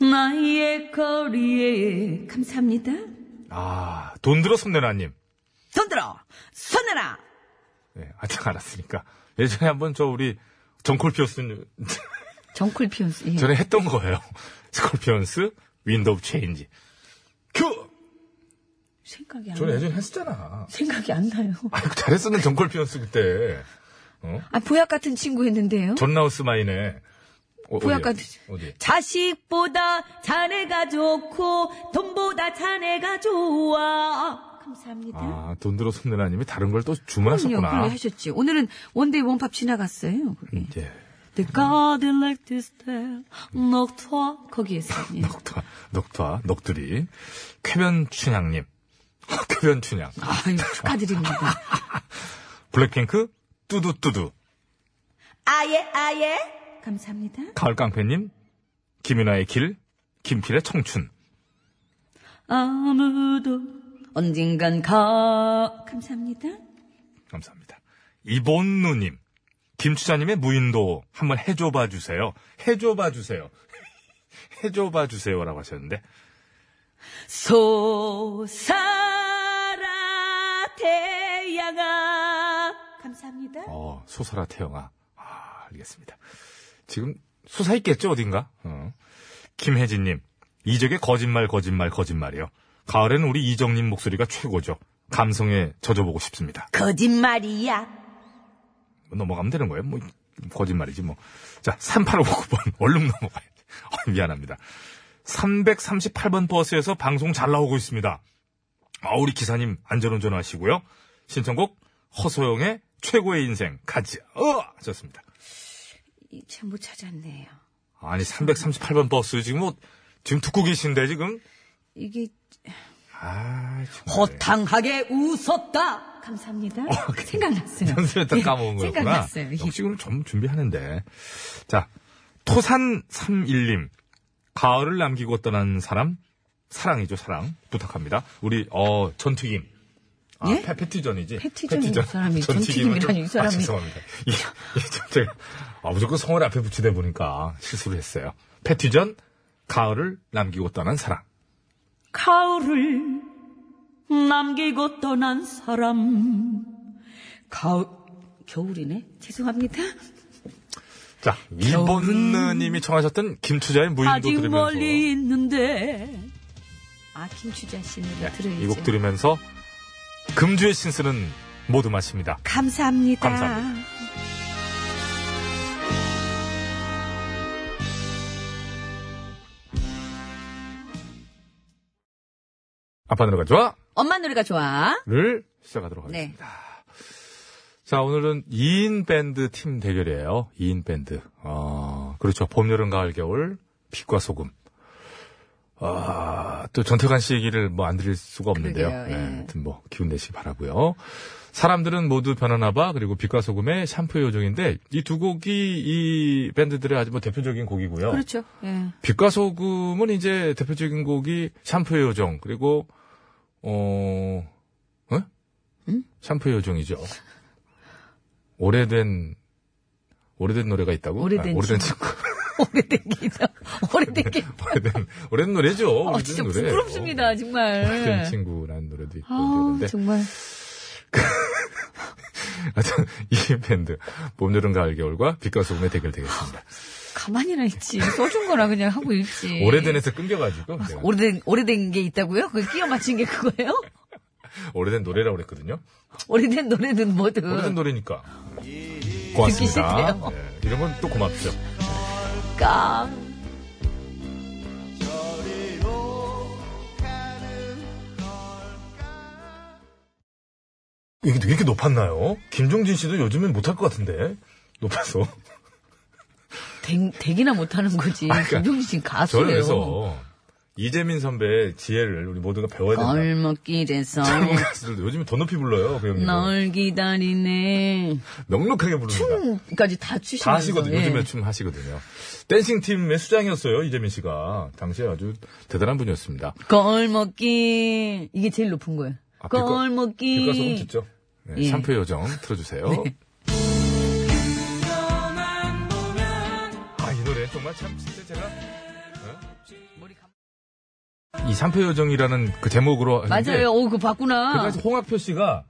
S2: 나의 거리에 감사합니다.
S1: 아돈 들어 손내라님.
S2: 손 들어 손내라.
S1: 네, 아직 알았으니까 예전에 한번 저 우리 정콜피어스
S2: 정쿨 피언스. 예.
S1: 전에 했던 거예요. 스콜피언스 윈도우 체인지. 큐.
S2: 생각이 안
S1: 저는
S2: 나요.
S1: 예전에 했었잖아.
S2: 생각이 안 나요.
S1: 아, 그 잘했었는 정골피언스 그때.
S2: 아 보약 같은 친구였는데요.
S1: 존나우스 마인의. 어,
S2: 보약간
S1: 어디야?
S2: 네?
S1: 어디?
S2: 자식보다 자네가 좋고 돈보다 자네가 좋아. 감사합니다.
S1: 아, 돈 들어 손누나님이 다른 걸 또
S2: 그럼요,
S1: 주문하셨구나.
S2: 그걸 음, 하셨지. 오늘은 원데이 원팝 지나갔어요. 그게.
S1: 예.
S2: The Cadillac distem of toi. 거기에서. 예.
S1: 녹타, 녹타, 녹두리. 쾌변춘향님. 아, 쾌변춘향.
S2: 아유, 축하드립니다.
S1: 블랙핑크, 뚜두뚜두.
S2: 아예, 아예. 감사합니다.
S1: 가을깡패님, 김윤아의 길, 김필의 청춘.
S2: 아무도 언젠간 가. 감사합니다.
S1: 감사합니다. 이본누님, 김추자님의 무인도 한번 해줘봐 주세요. 해줘봐 주세요. 해줘봐 주세요라고 하셨는데,
S2: 소사라 태양아. 감사합니다.
S1: 어, 소설아 태영아. 아, 알겠습니다. 지금 수사 있겠죠, 어딘가? 어. 김혜진님, 이적의 거짓말, 거짓말, 거짓말이요. 가을에는 우리 이정님 목소리가 최고죠. 감성에 젖어보고 싶습니다.
S2: 거짓말이야.
S1: 뭐 넘어가면 되는 거예요. 뭐, 거짓말이지, 뭐. 자, 3859번. 얼른 넘어가야지. 어, 미안합니다. 338번 버스에서 방송 잘 나오고 있습니다. 아, 우리 기사님 안전운전 하시고요. 신청곡 허소영의 최고의 인생 가지. 어, 하셨습니다.
S2: 참 못 찾았네요.
S1: 아니 338번 버스 지금 뭐 지금 듣고 계신데 지금
S2: 이게
S1: 아 정말.
S2: 허탕하게 웃었다. 감사합니다.
S1: 아, 그
S2: 생각났어요.
S1: 연습했다
S2: 예,
S1: 까먹은 거였구나.
S2: 생각났어요. 예.
S1: 역시 오늘 좀 준비하는데. 자, 토산31님. 가을을 남기고 떠난 사람, 사랑이죠, 사랑. 부탁합니다. 우리, 어, 전튀김. 아,
S2: 예?
S1: 패, 패티전이지.
S2: 패티전이 이 사람이
S1: 전튀김은 좀-
S2: 전튀김이라니, 이 사람이.
S1: 아, 죄송합니다. 이, 이 좀 제가, 아, 무조건 성을 앞에 붙이다 보니까 실수를 했어요. 패티전, 가을을 남기고 떠난 사랑.
S2: 가을을 남기고 떠난 사람. 가을, 겨울이네? 죄송합니다.
S1: 자, 이번느님이 청하셨던 김추자의 무인도
S2: 아직
S1: 들으면서.
S2: 멀리 있는데. 아, 김추자 씨는 들어야죠.
S1: 예, 이 곡 들으면서 금주의 신스는 모두 마칩니다.
S2: 감사합니다.
S1: 감사합니다. 아빠 노래가 좋아를
S2: 엄마 노래가 좋아.
S1: 시작하도록
S2: 네.
S1: 하겠습니다. 자, 오늘은 2인 밴드 팀 대결이에요. 2인 밴드. 어, 그렇죠. 봄, 여름, 가을, 겨울, 빛과 소금. 아, 또 전태관 씨 얘기를 뭐 안 드릴 수가 없는데요.
S2: 그러게요, 예.
S1: 네, 하여튼 뭐 기운 내시기 바라고요. 사람들은 모두 변하나 봐 그리고 빛과 소금의 샴푸 요정인데 이 두 곡이 이 밴드들의 아주 뭐 대표적인 곡이고요.
S2: 그렇죠. 예.
S1: 빛과 소금은 이제 대표적인 곡이 샴푸의 요정 그리고 어, 어? 샴푸의 요정이죠. 오래된 오래된 노래가 있다고? 아,
S2: 오래된
S1: 오래된 친구.
S2: 오래된 기사. 오래된 기사.
S1: 오래된 오래된 노래죠.
S2: 어,
S1: 오래된
S2: 진짜
S1: 노래예요. 어,
S2: 부끄럽습니다,
S1: 오래된
S2: 정말.
S1: 친구라는 노래도 있고
S2: 아,
S1: 그러는데
S2: 정말.
S1: 하여튼 이 밴드 봄, 여름, 가을, 겨울과 빛과 소금의 대결 되겠습니다.
S2: 가만히나 있지. 써준 거나 그냥 하고 있지.
S1: 오래된에서 끊겨가지고 제가
S2: 예. 아, 오래된, 오래된 게 있다고요? 그 끼워 맞힌 게 그거예요?
S1: 오래된 노래라고 그랬거든요.
S2: 오래된 노래든 뭐든.
S1: 오래된 노래니까
S2: 아. 듣기
S1: 고맙습니다.
S2: 싫대요.
S1: 예, 이런 건 또 고맙죠.
S2: 까.
S1: 이게 왜 이렇게 높았나요? 김종진 씨도 요즘엔 못할 것 같은데 높아서
S2: 되, 되기나 못하는 거지. 김종진 씨는 가수예요.
S1: 아, 그러니까 저는 그래서 이재민 선배의 지혜를 우리 모두가 배워야 된다.
S2: 걸목길에서
S1: 젊은 가수들도 요즘에 더 높이 불러요. 그 형님.
S2: 널 기다리네.
S1: 넉넉하게 부릅니다.
S2: 춤까지 뭐, 다 추시면서.
S1: 다 하시거든요.
S2: 예.
S1: 요즘에 춤 하시거든요. 댄싱 팀의 수장이었어요. 이재민 씨가 당시에 아주 대단한 분이었습니다.
S2: 걸목길. 이게 제일 높은 거예요.
S1: 아, 빛과-
S2: 걸목길.
S1: 빛과 소금 듣죠. 네,
S2: 예. 네.
S1: 샴푸의 요정 틀어주세요. 아, 이 노래 정말 참 진짜 제가 어? 이 샴푸의 요정이라는 그 제목으로 하는데
S2: 맞아요. 오, 그거
S1: 그
S2: 봤구나.
S1: 당시 홍학표 씨가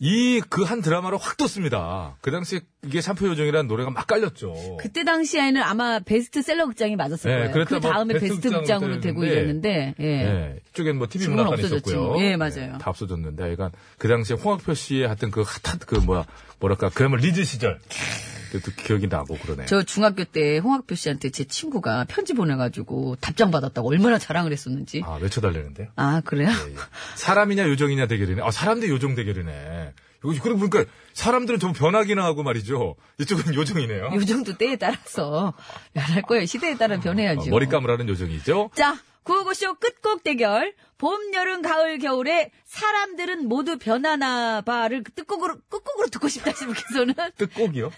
S1: 이 그 한 드라마로 확 떴습니다. 그 당시 이게 샴푸 요정이라는 노래가 막 깔렸죠.
S2: 그때 당시에는 아마 베스트셀러 극장이 맞았을
S1: 예,
S2: 거예요.
S1: 그랬다
S2: 그
S1: 뭐
S2: 다음에
S1: 베스트
S2: 베스트
S1: 극장으로 네.
S2: 극장으로 되고 이랬는데,
S1: 되는데,
S2: 예.
S1: 예, 이쪽엔 뭐 TV
S2: 지금은
S1: 문화관
S2: 없어졌지.
S1: 있었고요. 네,
S2: 예, 맞아요.
S1: 다 없어졌는데, 약간 그 당시에 홍학표 씨의 하여튼 그 핫한 그 뭐야, 뭐랄까, 그야말로 리즈 시절. 그것도 기억이 나고 그러네.
S2: 저 중학교 때 홍학표 씨한테 제 친구가 편지 보내가지고 답장 받았다고 얼마나 자랑을 했었는지.
S1: 아, 외쳐달라는데요.
S2: 아, 그래요?
S1: 사람이냐 요정이냐 대결이네. 아, 사람 대 요정 대결이네. 이거 그러고 보니까 사람들은 좀 변하기나 하고 말이죠. 이쪽은 요정이네요. 어,
S2: 요정도 때에 따라서 변할 거예요. 시대에 따라 변해야죠.
S1: 어, 머리 감으라는 요정이죠.
S2: 자, 구호고쇼 끝곡 대결. 봄, 여름, 가을, 겨울에 사람들은 모두 변하나 봐를 그 끝곡으로, 끝곡으로 듣고 싶다 싶은 분께서는
S1: 뜻곡이요.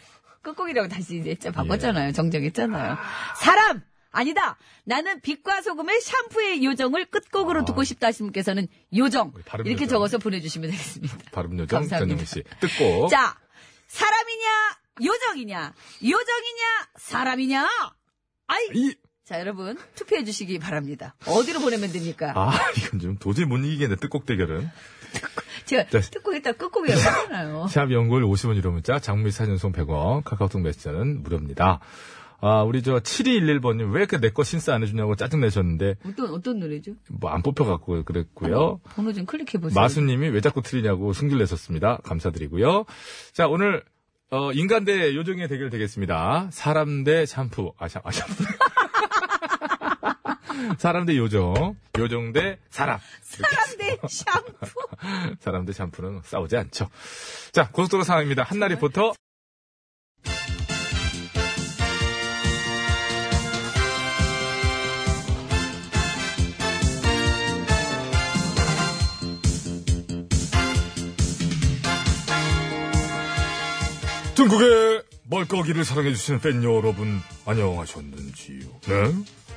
S2: 끝곡이라고 다시 이제 짜-
S1: 예.
S2: 바꿨잖아요. 정정했잖아요. 사람! 아니다! 나는 빛과 소금의 샴푸의 요정을 끝곡으로 듣고 싶다 하신 분께서는 요정!
S1: 아. 우리 발음
S2: 이렇게
S1: 요정.
S2: 적어서 보내주시면 되겠습니다.
S1: 발음 요정
S2: 감사합니다.
S1: 전영미 씨. 뜻곡.
S2: 자, 사람이냐, 요정이냐, 요정이냐, 사람이냐? 아이!
S1: 이,
S2: 자, 여러분, 투표해 주시기 바랍니다. 어디로 보내면 됩니까?
S1: 아, 이건 좀 도저히 못 이기겠네, 뜻곡 대결은.
S2: 제가
S1: 자,
S2: 듣고 있다 끝곡이라고 하잖아요.
S1: 샵 연골 50원 유료 문자, 장미 사진송 100원, 카카오톡 메시지는 무료입니다. 아, 우리 저 7211번님 왜 그 내 거 신스 안 해주냐고 짜증내셨는데,
S2: 어떤, 어떤 노래죠?
S1: 뭐 안 뽑혀갖고 그랬고요.
S2: 번호 좀 클릭해보세요.
S1: 마수님이 왜 자꾸 틀리냐고 승질 내셨습니다. 감사드리고요. 자, 오늘, 어, 인간 대 요정의 대결 되겠습니다. 사람 대 샴푸. 아, 샴, 아, 샴푸. 사람 대 요정. 요정 대 사람.
S2: 사람대 샴푸.
S1: 사람들 샴푸는 싸우지 않죠. 자, 고속도로 상황입니다. 한나 리포터. 중국의 말까기를 사랑해주시는 팬 여러분, 안녕하셨는지요? 네?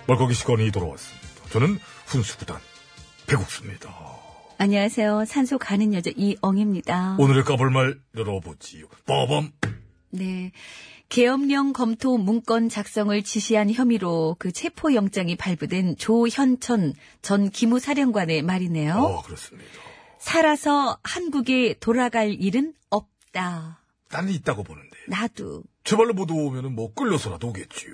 S1: 말까기 시간이 돌아왔습니다. 저는 훈수구단 배국수입니다.
S2: 안녕하세요. 산소 가는 여자 이엉입니다.
S1: 오늘의 까불말 열어보지요. 빠밤.
S2: 네. 계엄령 검토 문건 작성을 지시한 혐의로 그 체포영장이 발부된 조현천 전 기무사령관의 말이네요.
S1: 아, 그렇습니다.
S2: 살아서 한국에 돌아갈 일은 없다.
S1: 나는 있다고 보는데.
S2: 나도.
S1: 제발로 못 오면은 뭐 끌려서라도 오겠지요.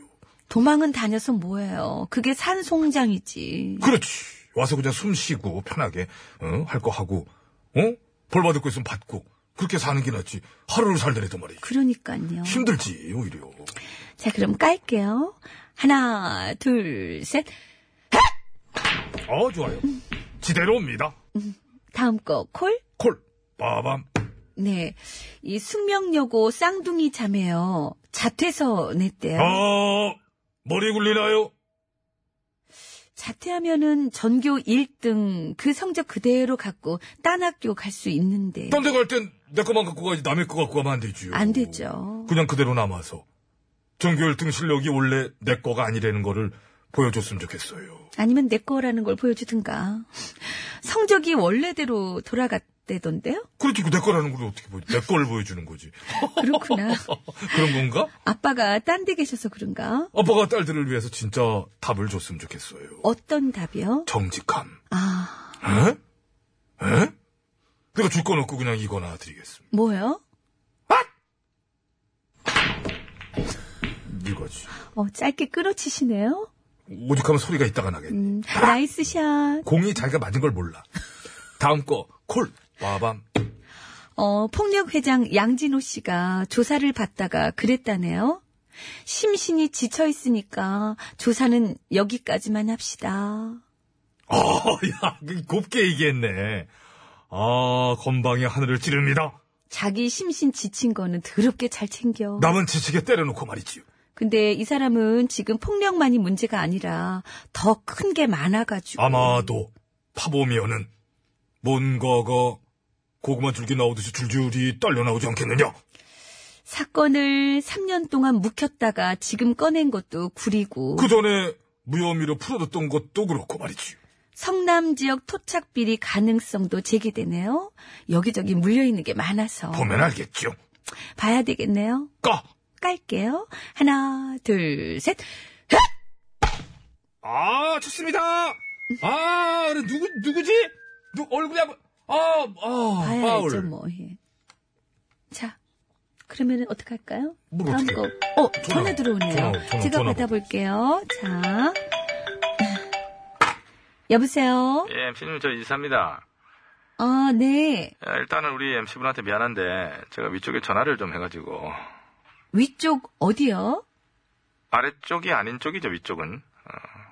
S2: 도망은 다녀서 뭐예요. 그게 산송장이지.
S1: 그렇지. 와서 그냥 숨 쉬고 편하게 할 거 하고 어? 벌 받을 거 있으면 받고 그렇게 사는 게 낫지. 하루를 살더라도 말이야.
S2: 그러니까요.
S1: 힘들지 오히려.
S2: 자, 그럼 깔게요. 하나, 둘, 셋.
S1: 아 좋아요. 지대로옵니다.
S2: 다음 거 콜?
S1: 콜. 빠밤.
S2: 네. 이 숙명여고 쌍둥이 자매요. 자퇴서 냈대요.
S1: 아 머리 굴리나요?
S2: 자퇴하면은 전교 1등 그 성적 그대로 갖고 딴 학교 갈 수 있는데.
S1: 딴 데 갈 땐 내 것만 갖고 가지 남의 거 갖고 가면 안 되지요.
S2: 안 되죠.
S1: 그냥 그대로 남아서 전교 1등 실력이 원래 내 거가 아니라는 거를 보여줬으면 좋겠어요.
S2: 아니면 내 거라는 걸 보여주든가. 성적이 원래대로 돌아갔대던데요?
S1: 그렇지, 그내 거라는 걸 어떻게 보여? 내 거를 보여주는 거지.
S2: 그렇구나.
S1: 그런 건가?
S2: 아빠가 딴 데 계셔서 그런가?
S1: 아빠가 딸들을 위해서 진짜 답을 줬으면 좋겠어요.
S2: 어떤 답이요?
S1: 정직함.
S2: 아,
S1: 에? 에? 내가 줄 건 없고 그냥 이거나 드리겠습니다.
S2: 뭐요?
S1: 이거지.
S2: 어, 짧게 끌어치시네요?
S1: 오죽하면 소리가 있다가 나겠네.
S2: 음, 나이스 샷.
S1: 공이 자기가 맞은 걸 몰라. 다음 거, 콜. 빠밤.
S2: 어, 폭력회장 양진호 씨가 조사를 받다가 그랬다네요. 심신이 지쳐있으니까 조사는 여기까지만 합시다.
S1: 어, 야, 곱게 얘기했네. 아, 건방이 하늘을 찌릅니다.
S2: 자기 심신 지친 거는 더럽게 잘 챙겨.
S1: 남은 지치게 때려놓고 말이지요.
S2: 근데 이 사람은 지금 폭력만이 문제가 아니라 더 큰 게 많아가지고.
S1: 아마도 파보면은 뭔가가 고구마 줄기 나오듯이 줄줄이 딸려 나오지 않겠느냐?
S2: 사건을 3년 동안 묵혔다가 지금 꺼낸 것도 구리고.
S1: 그 전에 무혐의로 풀어뒀던 것도 그렇고 말이지.
S2: 성남 지역 토착 비리 가능성도 제기되네요. 여기저기 물려있는 게 많아서.
S1: 보면 알겠죠.
S2: 봐야 되겠네요.
S1: 까!
S2: 깔게요. 하나, 둘, 셋.
S1: 아, 좋습니다! 아, 근데 누구, 누구지? 누, 얼굴이 한 번, 아, 아,
S2: 봐야죠,
S1: 파울.
S2: 뭐. 예. 자, 그러면은 어떻게 할까요?
S1: 뭘
S2: 다음
S1: 어떻게
S2: 거.
S1: 해?
S2: 어, 전화 들어오네요.
S1: 뭐, 전화, 전화,
S2: 제가
S1: 전화
S2: 받아볼게요. 자. 여보세요?
S8: 예, MC님, 저 이사입니다.
S2: 아, 네.
S8: 야, 일단은 우리 MC분한테 미안한데, 제가 위쪽에 전화를 좀 해가지고.
S2: 위쪽 어디요?
S8: 아래쪽이 아닌 쪽이죠, 위쪽은. 어,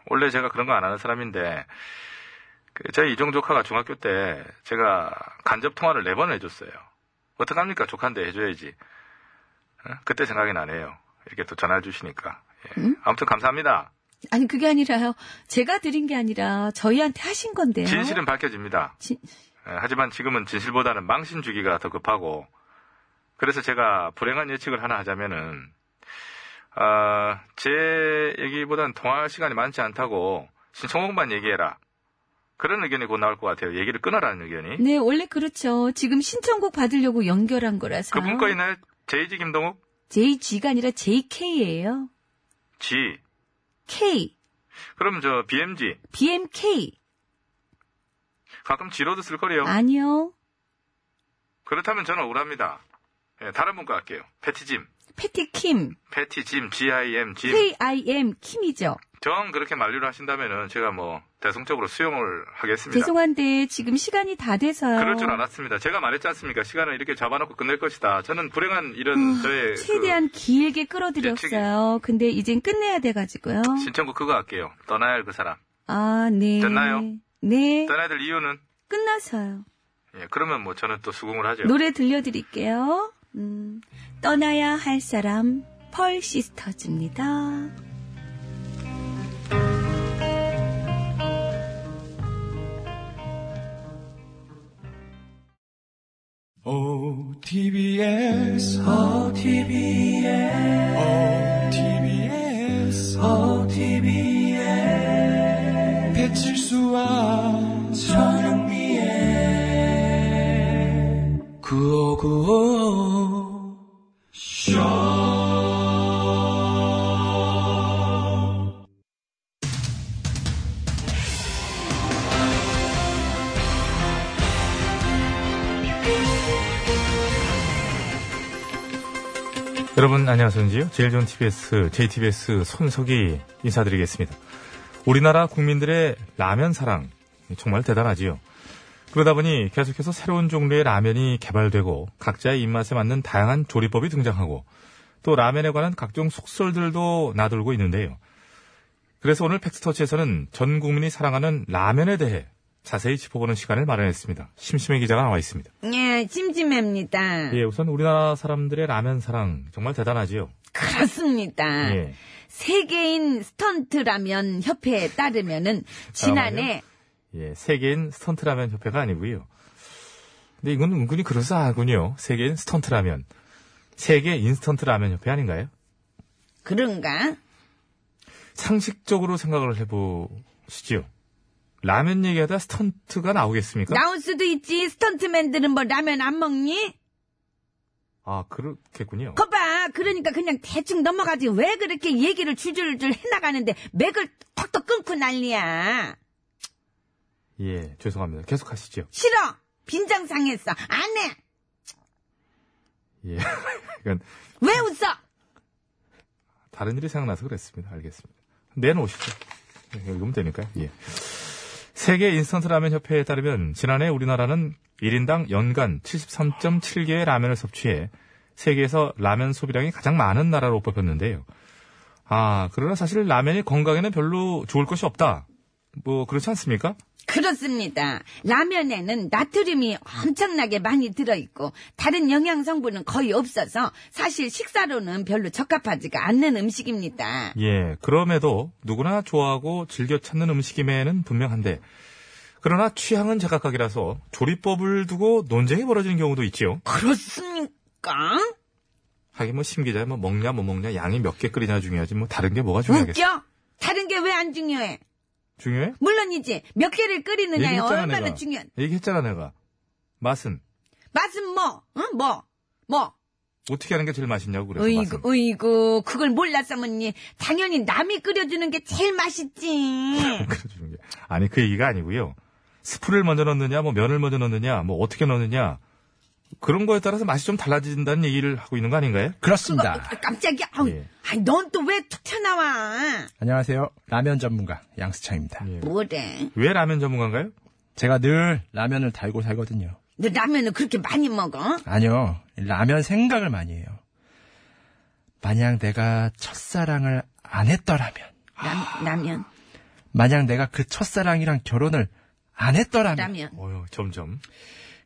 S8: 원래 제가 그런 거 안 하는 사람인데, 그, 제 이종 조카가 중학교 때 제가 간접 통화를 네 번을 해줬어요. 어떡합니까? 조카인데 해줘야지. 어? 그때 생각이 나네요. 이렇게 또 전화를 주시니까. 예. 아무튼 감사합니다.
S2: 아니, 그게 아니라요. 제가 드린 게 아니라 저희한테 하신
S5: 예?
S2: 건데요.
S8: 진실은 밝혀집니다.
S2: 진-
S8: 예, 하지만 지금은 진실보다는 망신 주기가 더 급하고 그래서 제가 불행한 예측을 하나 하자면은 아, 제 얘기보다는 통화할 시간이 많지 않다고 신청곡만 얘기해라 그런 의견이 곧 나올 것 같아요. 얘기를 끊어라는 의견이
S2: 네, 원래 그렇죠. 지금 신청곡 받으려고 연결한 거라서.
S8: 그분 거 있나요? 제이지 김동욱
S2: JG가 아니라 JK예요.
S8: G
S2: K,
S8: 그럼 저 BMG
S2: BMK.
S8: 가끔 G로도 쓸 거래요.
S2: 아니요.
S8: 그렇다면 저는 억울합니다. 예, 다른 분과 할게요. 패티짐
S2: 패티킴,
S8: 패티짐 G-I-M 짐
S2: KIM, 킴이죠.
S8: 정 그렇게 만류를 하신다면은 제가 뭐 대성적으로 수용을 하겠습니다. 그렇죠.
S2: 죄송한데 지금 시간이 다 돼서요.
S8: 그럴 줄 알았습니다. 제가 말했지 않습니까? 시간을 이렇게 잡아놓고 끝낼 것이다. 저는 불행한 이런 저의
S2: 음,
S8: 그
S2: 최대한 길게 끌어들였어요. 근데 이젠 끝내야 돼가지고요.
S8: 그 신청곡 그거 할게요. 떠나야 할 그 사람.
S5: 아, 네.
S8: 됐나요?
S5: 네.
S8: 떠나들 이유는
S5: 끝나서요.
S8: 예, 그러면 뭐 저는 또 수긍을 하죠.
S5: 노래 들려드릴게요. 음, 떠나야 할 사람, 펄 시스터즈입니다.
S9: 어, OTBS,
S3: 어,
S9: OTBS, 어, OTBS,
S3: 어,
S9: OTBS, 배칠수와 저녁미에 구호구호 쇼
S1: 여러분 안녕하세요. 제일 좋은 TBS, JTBS 손석희 인사드리겠습니다. 우리나라 국민들의 라면 사랑 정말 대단하지요. 그러다 보니 계속해서 새로운 종류의 라면이 개발되고 각자의 입맛에 맞는 다양한 조리법이 등장하고 또 라면에 관한 각종 속설들도 나돌고 있는데요. 그래서 오늘 팩스터치에서는 전 국민이 사랑하는 라면에 대해 자세히 짚어보는 시간을 마련했습니다. 심심해 기자가 나와 있습니다.
S2: 예, 찜찜합니다.
S1: 예, 우선 우리나라 사람들의 라면 사랑 정말 대단하지요.
S2: 그렇습니다.
S1: 예.
S2: 세계인 스턴트라면 협회에 따르면은 지난해
S1: 예, 세계인 스턴트라면 협회가 아니고요. 근데 이건 은근히 그럴싸하군요. 세계인 스턴트라면. 세계 인스턴트라면 협회 아닌가요?
S2: 그런가?
S1: 상식적으로 생각을 해보시죠. 라면 얘기하다 스턴트가 나오겠습니까?
S2: 나올 수도 있지. 스턴트맨들은 뭐 라면 안 먹니?
S1: 아, 그렇겠군요.
S2: 거봐. 그러니까 그냥 대충 넘어가지. 왜 그렇게 얘기를 줄줄줄 해나가는데 맥을 턱턱 끊고 난리야.
S1: 예, 죄송합니다. 계속하시죠.
S2: 싫어. 빈정 상했어. 안 해.
S1: 예. 이건
S2: 왜 웃어?
S1: 다른 일이 생각나서 그랬습니다. 알겠습니다. 내놓으십시오. 예, 읽으면 되니까요. 예. 세계 인스턴트 라면 협회에 따르면 지난해 우리나라는 1인당 연간 73.7개의 라면을 섭취해 세계에서 라면 소비량이 가장 많은 나라로 뽑혔는데요. 아, 그러나 사실 라면이 건강에는 별로 좋을 것이 없다. 뭐 그렇지 않습니까?
S2: 그렇습니다. 라면에는 나트륨이 엄청나게 많이 들어있고 다른 영양 성분은 거의 없어서 사실 식사로는 별로 적합하지가 않는 음식입니다.
S1: 예, 그럼에도 누구나 좋아하고 즐겨 찾는 음식임에는 분명한데, 그러나 취향은 제각각이라서 조리법을 두고 논쟁이 벌어지는 경우도 있지요.
S2: 그렇습니까?
S1: 음. 하긴 뭐 심기자 뭐 먹냐 못 먹냐 양이 몇 개 끓이냐 중요하지 뭐 다른 게 뭐가 중요하겠어?
S2: 웃겨? 다른 게 왜 안 중요해?
S1: 중요해?
S2: 물론이지 몇 개를 끓이느냐에
S1: 얘기했잖아
S2: 얼마나
S1: 내가.
S2: 중요한
S1: 얘기했잖아 내가. 맛은
S2: 맛은 뭐? 응? 뭐? 뭐?
S1: 어떻게 하는 게 제일 맛있냐고 그래서 맛은. 뭐?
S2: 어이구 어이구 그걸 몰랐어 뭐니 당연히 남이 끓여주는 게 제일 맛있지
S1: 끓여주는 게. 아니 그 얘기가 아니고요. 스프를 먼저 넣느냐 뭐 면을 먼저 넣느냐 뭐 어떻게 넣느냐 그런 거에 따라서 맛이 좀 달라진다는 얘기를 하고 있는 거 아닌가요?
S9: 그렇습니다.
S2: 아, 깜짝이야 아우,
S1: 예.
S2: 아니 넌 또 왜 툭 튀어나와
S9: 안녕하세요. 라면 전문가 양수창입니다.
S7: 예.
S1: 예.
S2: 뭐래
S1: 왜 라면 전문가인가요?
S9: 제가 늘 라면을 달고 살거든요.
S2: 너 라면을 그렇게 많이 먹어?
S9: 아니요. 라면 생각을 많이 해요. 만약 내가 첫사랑을 안 했더라면,
S1: 아,
S2: 라, 라면
S9: 만약 내가 그 첫사랑이랑 결혼을 안 했더라면,
S2: 라면
S1: 어휴 점점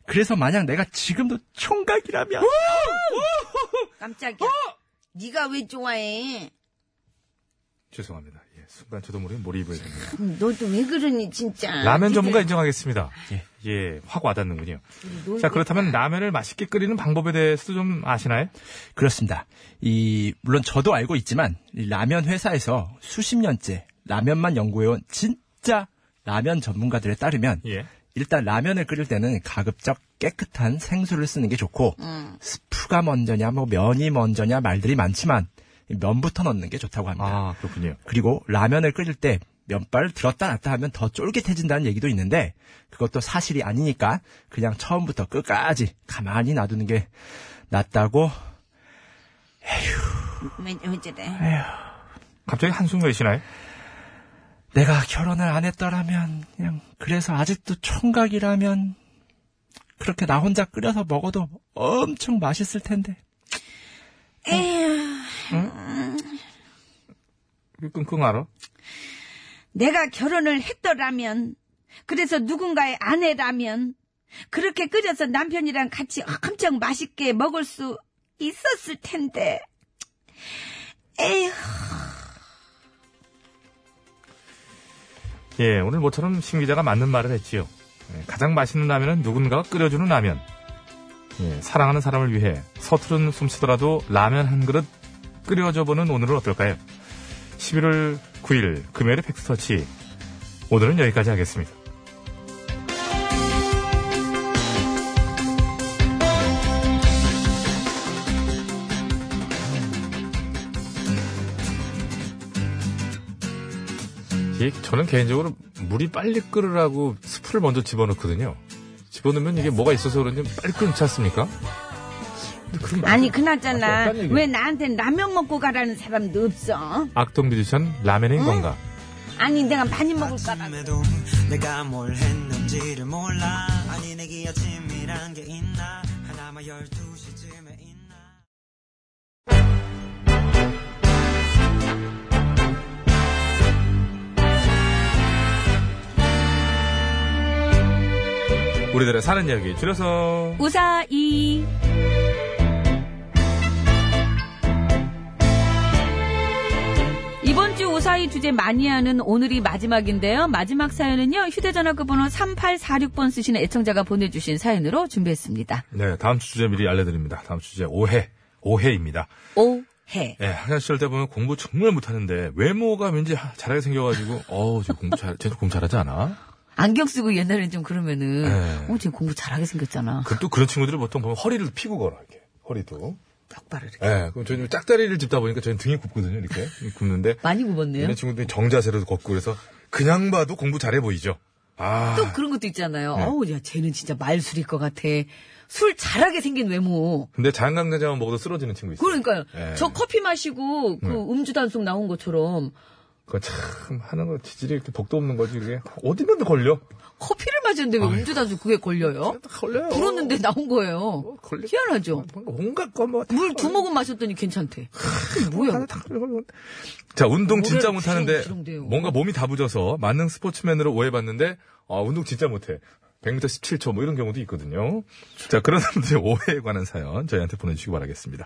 S9: 그래서 만약 내가 지금도 총각이라면,
S2: 깜짝이야
S1: 어?
S2: 네가 왜 좋아해
S1: 죄송합니다. 예, 순간 저도 모르게 몰입을 했네요.
S2: 음, 너도 왜 그러니 진짜
S1: 라면
S2: 니들
S1: 전문가 인정하겠습니다. 예, 확 와닿는군요.
S2: 놀고
S1: 자 그렇다면 라면을 맛있게 끓이는 방법에 대해서도 좀 아시나요?
S9: 그렇습니다. 이, 물론 저도 알고 있지만, 이 라면 회사에서 수십 년째 라면만 연구해온 진짜 라면 전문가들에 따르면,
S1: 예.
S9: 일단 라면을 끓일 때는 가급적 깨끗한 생수를 쓰는 게 좋고, 스프가 먼저냐, 뭐 면이 먼저냐 말들이 많지만, 이 면부터 넣는 게 좋다고 합니다.
S1: 아, 그렇군요.
S9: 그리고 라면을 끓일 때 면발을 들었다 놨다 하면 더 쫄깃해진다는 얘기도 있는데 그것도 사실이 아니니까 그냥 처음부터 끝까지 가만히 놔두는 게 낫다고
S2: 왜, 왜 저래
S1: 갑자기 한숨 내쉬나요?
S9: 내가 결혼을 안 했더라면 그냥 그래서 아직도 총각이라면 그렇게 나 혼자 끓여서 먹어도 엄청 맛있을 텐데
S2: 에휴
S1: 끙끙 알아?
S5: 내가 결혼을 했더라면, 그래서 누군가의 아내라면, 그렇게 끓여서 남편이랑 같이 엄청 맛있게 먹을 수 있었을 텐데. 에휴,
S4: 예, 오늘 모처럼 심 기자가 맞는 말을 했지요. 예, 가장 맛있는 라면은 누군가가 끓여주는 라면. 예, 사랑하는 사람을 위해 서투른 숨쉬더라도 라면 한 그릇 끓여줘 보는 오늘은 어떨까요? 11월 9일 금요일의 팩스터치. 오늘은 여기까지 하겠습니다.
S1: 이- 예, 저는 개인적으로 물이 빨리 끓으라고 스프를 먼저 집어넣거든요. 집어넣으면 이게 뭐가 있어서 그런지 빨리 끓지 않습니까? 근데 그럼
S5: 아니, 그나저나, 왜 나한테 라면 먹고 가라는 사람도 없어?
S1: 악동 뮤지션
S5: 음.
S1: 라면인 건가?
S5: 아니, 내가 많이 먹을 거라.
S3: 아침에도 내가 뭘 했는지를 몰라 아니 내게 아침이란 게 있나 하나만 12시쯤에 있나
S1: 우리들의 사는 이야기 줄여서
S5: 우사이.
S2: 이번 주 오사이 주제 마니아는 오늘이 마지막인데요. 마지막 사연은요. 휴대전화 그 번호 3846번 쓰시는 애청자가 보내주신 사연으로 준비했습니다.
S1: 네 다음 주 주제 미리 알려드립니다. 다음 주 주제 오해 오해입니다.
S2: 오해.
S1: 예, 학창 시절 때 보면 공부 정말 못하는데 외모가 왠지 하- 잘하게 생겨가지고 어우 쟤 공부 잘 쟤도 공부 잘하지 않아?
S2: 안경 쓰고 옛날엔 좀 그러면은
S1: 네.
S2: 어, 지금 공부 잘하게 생겼잖아.
S1: 그 또 그런 친구들을 보통 보면 허리를 피고 걸어 이렇게 허리도.
S2: 턱발을 이렇게.
S1: 예, 그럼 저희는 짝다리를 짚다 보니까 저희는 등이 굽거든요 이렇게 굽는데
S2: 많이 굽었네요.
S1: 이런 친구들이 정자세로 걷고 그래서 그냥 봐도 공부 잘해 보이죠. 아,
S2: 또 그런 것도 있잖아요. 어우, 야, 쟤는 진짜 말술일 것 같아. 술 잘하게 생긴 외모.
S1: 근데 자연강장제만 먹어도 쓰러지는 친구 있어요.
S2: 그러니까요.
S1: 예. 네.
S2: 저 커피 마시고 그 음주 단속 나온 것처럼
S1: 그거 참 하는 거 지질이 이렇게 복도 없는 거지 그게 어디면 걸려.
S2: 커피를 마셨는데 왜 음주 단속 그게 걸려요?
S1: 걸려요. 어,
S2: 불었는데 나온 거예요.
S1: 걸리-
S2: 희한하죠.
S1: 온갖 거뭐
S2: 물 두 모금 마셨더니 괜찮대. 이게 뭐야?
S1: 자, 운동 진짜
S2: 뭐래요?
S1: 못하는데
S2: 부정부정돼요.
S1: 뭔가 몸이 다부져서 만능 스포츠맨으로 오해받는데 아, 운동 진짜 못해. 100m 17초 뭐 이런 경우도 있거든요. 자, 그런 분들의 오해에 관한 사연 저희한테 보내주시기 바라겠습니다.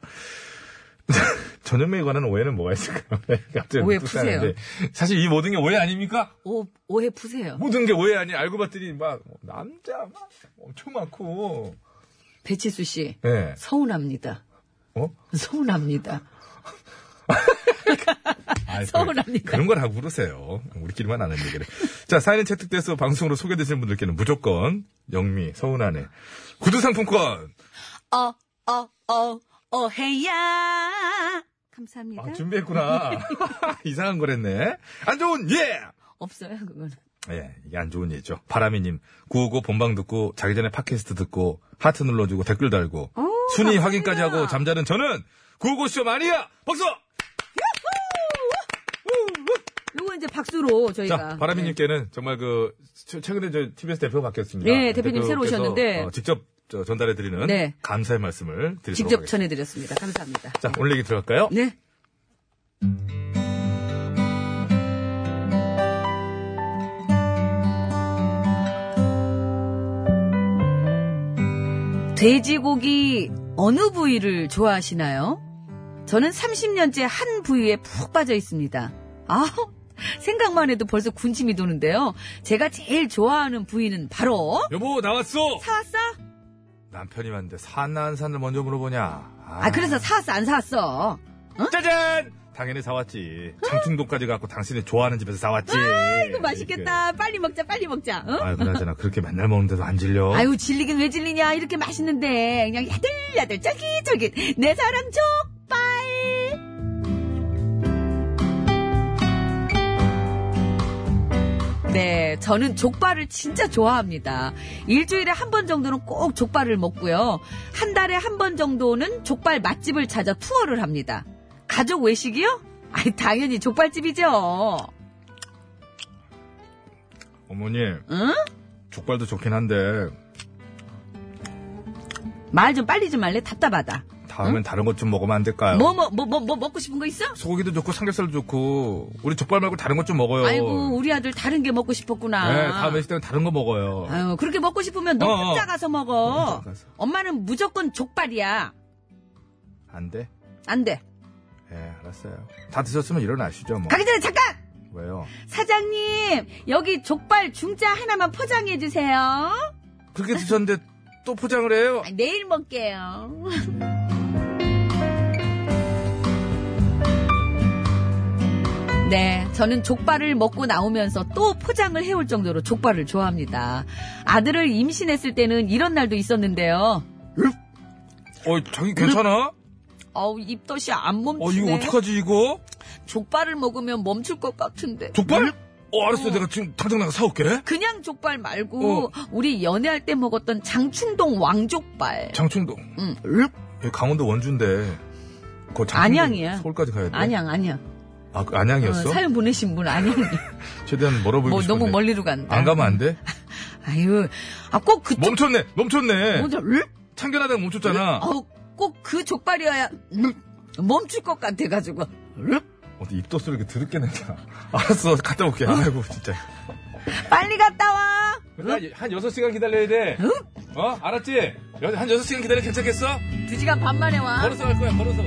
S1: 전염병에 관한 오해는 뭐가 있을까요? 네, 갑자기
S2: 오해
S1: 뚝
S2: 푸세요.
S1: 따는데. 사실 이 모든 게 오해 아닙니까?
S2: 오, 어, 오해 푸세요.
S1: 모든 게 오해 아니 알고 봤더니 막 남자 막 엄청 많고
S2: 배치수 씨,
S1: 예
S2: 서운합니다.
S1: 어?
S2: 서운합니다.
S1: 아이,
S2: 서운합니다.
S1: 그, 런걸 하고 그러세요. 우리끼리만 아는 얘기를. 자, 사연이 채택돼서 방송으로 소개되시는 분들께는 무조건 영미, 서운하네. 구두상품권!
S5: 어, 어, 어, 어해야. 감사합니다.
S1: 아, 준비했구나. 이상한 거랬네. 안 좋은 예!
S2: 없어요, 그건.
S1: 예, 이게 안 좋은 예죠. 바람이님, 955 본방 듣고, 자기 전에 팟캐스트 듣고, 하트 눌러주고, 댓글 달고, 순위 확인까지 하고, 잠자는 저는 955쇼 마니아! 박수!
S2: 요거 이제 박수로 저희가. 네,
S1: 자, 바람이님께는 정말 그, 최- 최근에 저 TBS 대표가 바뀌었습니다.
S2: 네, 대표님
S1: 대표께서,
S2: 새로 오셨는데.
S1: 어, 직접 저 전달해드리는
S2: 네.
S1: 감사의 말씀을
S2: 네,
S1: 드리도록
S2: 직접
S1: 하겠습니다.
S2: 전해드렸습니다. 감사합니다.
S1: 자, 오늘 얘기 들어갈까요?
S2: 네. 돼지고기 어느 부위를 좋아하시나요? 저는 30년째 한 부위에 푹 빠져 있습니다. 아, 생각만 해도 벌써 군침이 도는데요. 제가 제일 좋아하는 부위는 바로
S1: 여보, 나왔어!
S2: 사왔어?
S1: 남편이 왔는데 샀나 안 샀나 먼저 물어보냐. 아,
S2: 아, 그래서 사왔어 안 사왔어?
S1: 짜잔! 당연히 사왔지. 장충동까지 예, 갖고 당신이 좋아하는 집에서 사왔지.
S2: 이거 맛있겠다. 빨리 먹자, 빨리 먹자. 응?
S1: 아, 그나저나 그렇게 맨날 먹는데도 안 질려.
S2: 아유 질리긴 왜 질리냐 이렇게 맛있는데 그냥 야들야들 쫄깃쫄깃 내 사랑 족발 네 저는 족발을 진짜 좋아합니다 일주일에 한 번 정도는 꼭 족발을 먹고요 한 달에 한 번 정도는 족발 맛집을 찾아 투어를 합니다 가족 외식이요? 아이 당연히 족발집이죠
S1: 어머니,
S2: 응?
S1: 족발도 좋긴 한데,
S2: 말 좀 빨리 좀 할래 답답하다
S1: 다음엔 다른 것 좀 먹으면 안 될까요?
S2: 뭐, 뭐, 뭐, 뭐, 뭐 먹고 싶은 거 있어?
S1: 소고기도 좋고 삼겹살도 좋고 우리 족발 말고 다른 것 좀 먹어요.
S2: 아이고, 아. 우리 아들 다른 게 먹고 싶었구나.
S1: 그렇죠. 네, 다음 회식 때는 다른 거 먹어요.
S2: 아유, 그렇게 먹고 싶으면 너
S1: 어, 어.
S2: 혼자 가서 먹어.
S1: 혼자 가서.
S2: 엄마는 무조건 족발이야.
S1: 안 돼?
S2: 안 돼.
S1: 예, 알았어요. 다 드셨으면 일어나시죠, 뭐.
S2: 가기 전에 잠깐!
S1: 왜요?
S2: 사장님, 여기 족발 중짜 하나만 포장해 주세요.
S1: 그렇게 드셨는데 또 포장을 해요?
S2: 내일 먹게요. 네, 저는 족발을 먹고 나오면서 또 포장을 해올 정도로 족발을 좋아합니다. 아들을 임신했을 때는 이런 날도 있었는데요.
S1: 어, 자기 괜찮아?
S2: 어우, 입덧이 안 멈추네.
S1: 어, 이거 어떡하지, 이거?
S2: 족발을 먹으면 멈출 것 같은데.
S1: 족발? 어, 알았어. 내가 지금 당장 나가 사올게.
S2: 그냥 족발 말고
S1: 어.
S2: 우리 연애할 때 먹었던 장충동 왕족발.
S1: 장충동.
S2: 응.
S1: 여기 강원도 원주인데. 그거 장충동
S2: 안양이야.
S1: 서울까지 가야 돼.
S2: 안양, 안양.
S1: 아, 그
S2: 어,
S1: 안양이었어?
S2: 사연 보내신 분 안양이.
S1: 최대한 멀어보이고
S2: 뭐
S1: 싶은데.
S2: 너무 멀리로 간다.
S1: 안 가면 안 돼?
S2: 아유, 아 꼭 그쪽
S1: 멈췄네. 멈췄네.
S2: 먼저 으?
S1: 참견하다가 멈췄잖아.
S2: 어우, 꼭 그 족발이어야 으, 멈출 것 같아 가지고.
S1: 어디 네 입덧으로 이렇게 드럽게 낸다. 알았어. 갔다 올게. 아이고, 진짜.
S2: 빨리 갔다 와.
S1: 한 6시간 기다려야 돼. 어? 알았지? 여- 한 6시간 기다려 괜찮겠어?
S2: 두 시간 반 만에 와.
S1: 걸어서 갈 거야, 걸어서.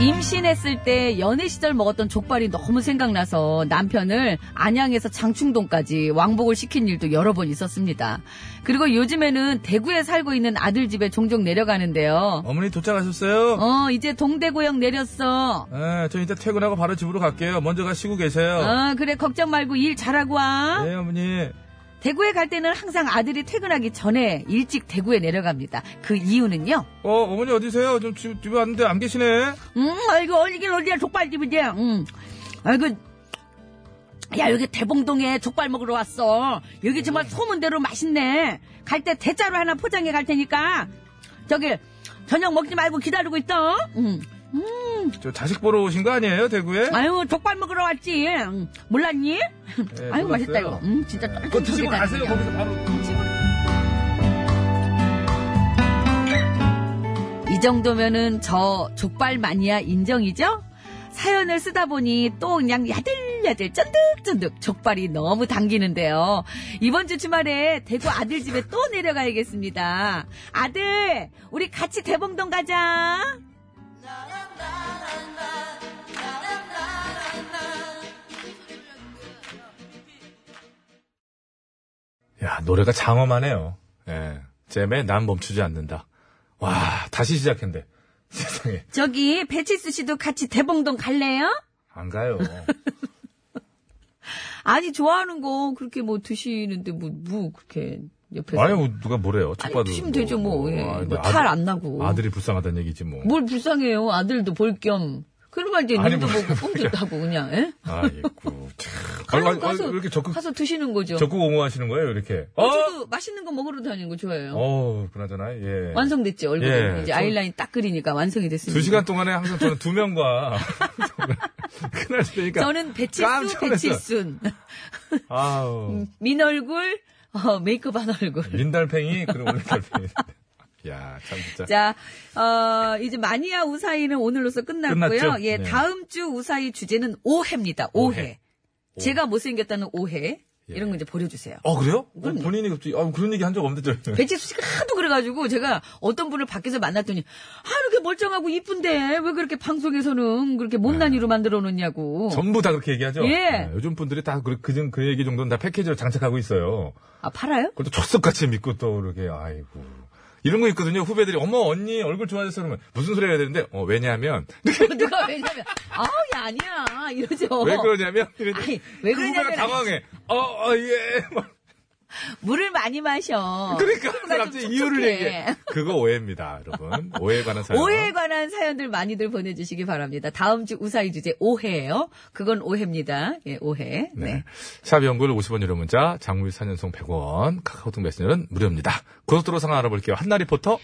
S2: 임신했을 때 연애 시절 먹었던 족발이 너무 생각나서 남편을 안양에서 장충동까지 왕복을 시킨 일도 여러 번 있었습니다. 그리고 요즘에는 대구에 살고 있는 아들 집에 종종 내려가는데요.
S1: 어머니 도착하셨어요?
S2: 어, 이제 동대구역 내렸어.
S1: 예, 저 이제 퇴근하고 바로 집으로 갈게요. 먼저 가 쉬고 계세요.
S2: 어, 그래, 걱정 말고 일 잘하고 와.
S1: 네, 어머니.
S2: 대구에 갈 때는 항상 아들이 퇴근하기 전에 일찍 대구에 내려갑니다. 그 이유는요?
S1: 어, 어머니 어디세요? 좀 집, 집에 왔는데 안 계시네?
S2: 음, 아이고, 어디길 어디야, 족발집이지? 음. 아이고, 야, 여기 대봉동에 족발 먹으러 왔어. 여기 정말 소문대로 맛있네. 갈 때 대짜로 하나 포장해 갈 테니까. 저기, 저녁 먹지 말고 기다리고 있어. 음.
S1: 저 자식 보러 오신 거 아니에요, 대구에?
S2: 아유, 족발 먹으러 왔지. 음, 몰랐니?
S1: 예,
S2: 아유,
S1: 몰랐어요.
S2: 맛있다,
S1: 네.
S2: 이거. 음, 진짜
S1: 그거 드시고
S2: 쫄깃쫄깃하다,
S1: 가세요,
S2: 그냥.
S1: 거기서 바로.
S2: 이 정도면은 저 족발 마니아 인정이죠? 사연을 쓰다 보니 또 그냥 야들야들 쫀득쫀득 족발이 너무 당기는데요. 이번 주 주말에 대구 아들 집에 또 내려가야겠습니다. 아들, 우리 같이 대봉동 가자.
S1: 야, 노래가 장엄하네요. 예. 잼에 난 멈추지 않는다. 와, 다시 시작했는데. 세상에.
S2: 저기 배치수 씨도 같이 대봉동 갈래요?
S1: 안 가요.
S2: 아니 좋아하는 거 그렇게 뭐 드시는데 뭐, 뭐 그렇게 옆에서
S1: 아니, 뭐, 누가 뭐래요?
S2: 아니,
S1: 척봐도.
S2: 드시면 되죠 뭐. 예.
S1: 아니,
S2: 뭐
S1: 아들-
S2: 탈 안 나고.
S1: 아들이 불쌍하다는 얘기지, 뭐.
S2: 뭘 불쌍해요. 아들도 볼 겸 그러면 이제
S1: 아니, 뭐
S2: 눈도
S1: 뭘
S2: 보고 뽕도 따고 그냥. 예?
S1: 아이고, 참.
S2: 가서,
S1: 아이고, 아이고,
S2: 가서,
S1: 왜 이렇게 적극,
S2: 가서 드시는 거죠.
S1: 적극 옹호하시는 거예요, 이렇게?
S2: 어,
S1: 어?
S2: 저도 맛있는 거 먹으러 다니는 거 좋아해요.
S1: 어, 그나저나, 예.
S2: 완성됐지 얼굴이
S1: 예,
S2: 이제
S1: 저-
S2: 아이라인 딱 그리니까 완성이 됐습니다.
S1: 두 시간 동안에 항상 저는 두 명과. 큰일 되니까.
S2: 저는 배칠수,
S1: 깜짝 놀랐어요.
S2: 배칠순
S1: 아우.
S2: 민 얼굴, 어, 메이크업 한 얼굴.
S1: 민달팽이, 그리고 올림달팽이. 야, 참, 진짜.
S2: 자, 어, 이제 마니아 우사이는 오늘로서 끝났고요.
S1: 끝났죠?
S2: 예,
S1: 네.
S2: 다음 주 우사이 주제는 오해입니다. 오해.
S1: 오해. 예.
S2: 제가 못생겼다는 오해. 이런 거 이제 버려주세요.
S1: 어, 그래요? 어,
S2: 그럼요. 네.
S1: 본인이 갑자기, 아, 그런 얘기 한 적 없는데, 저희는.
S2: 배치수 씨가 하도 그래가지고 제가 어떤 분을 밖에서 만났더니 아 이렇게 멀쩡하고 이쁜데 왜 그렇게 방송에서는 그렇게
S1: 네.
S2: 못난이로 만들어 놓냐고
S1: 전부 다 그렇게 얘기하죠?
S2: 예.
S1: 네, 요즘 분들이 다 그, 그, 정- 그 얘기 정도는 다 패키지로 장착하고 있어요.
S2: 아 팔아요?
S1: 그걸 또 촉석같이 믿고 또 이렇게, 아이고. 이런 거 있거든요. 후배들이, 어머, 언니 얼굴 좋아졌어. 그러면 무슨 소리 해야 되는데, 어, 왜냐하면,
S2: 누가 왜냐면 아우 야 아니야 이러죠
S1: 왜 그러냐면, 이랬-
S2: 아니, 왜
S1: 그
S2: 그러냐면
S1: 후배가 당황해. 어, 어, 예. 막
S2: 물을 많이 마셔
S1: 그러니까
S2: 피부가 좀
S1: 갑자기 이유를
S2: 촉촉해.
S1: 얘기해. 그거 오해입니다, 여러분. 오해에 관한 사연.
S2: 오해에 관한 사연들 많이들 보내주시기 바랍니다 다음 주 우사이 주제 오해예요 그건 오해입니다 예 오해
S1: 네.
S2: 네.
S1: 샵 연글 50원 유료 문자, 장무일 4년송 100원, 카카오톡 메신저는 무료입니다. 고속도로 상황 알아볼게요. 한나 리포터.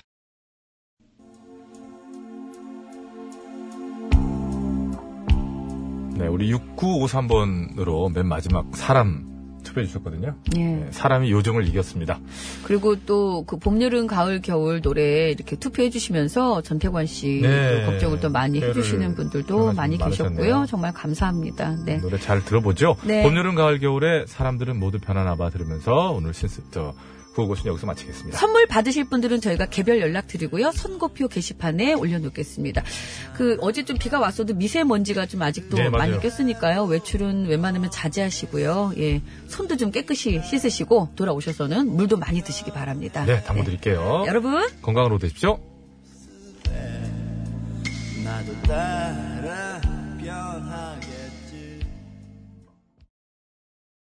S1: 네, 우리 6953번으로 맨 마지막 사람 투표해 주셨거든요.
S2: 예.
S1: 네, 사람이 요정을 이겼습니다.
S2: 그리고 또 그 봄, 여름, 가을, 겨울 노래 이렇게 투표해 주시면서 전태관 씨
S1: 네.
S2: 또 걱정을 또 많이
S1: 네.
S2: 해 주시는 분들도
S1: 그런
S2: 많이
S1: 말씀 많으셨네요.
S2: 계셨고요. 정말 감사합니다. 네.
S1: 노래 잘 들어보죠.
S2: 네.
S1: 봄, 여름, 가을, 겨울에 사람들은 모두 변하나봐 들으면서 오늘 신스 저 구호고신 여기서 마치겠습니다.
S2: 선물 받으실 분들은 저희가 개별 연락 드리고요. 선거표 게시판에 올려놓겠습니다. 그 어제 좀 비가 왔어도 미세먼지가 좀 아직도
S1: 네, 맞아요.
S2: 많이 꼈으니까요. 외출은 웬만하면 자제하시고요. 예, 손도 좀 깨끗이 씻으시고 돌아오셔서는 물도 많이 드시기 바랍니다.
S1: 네, 당부드릴게요.
S2: 네. 여러분.
S1: 건강으로 되십시오.
S3: 나도 따라 변하게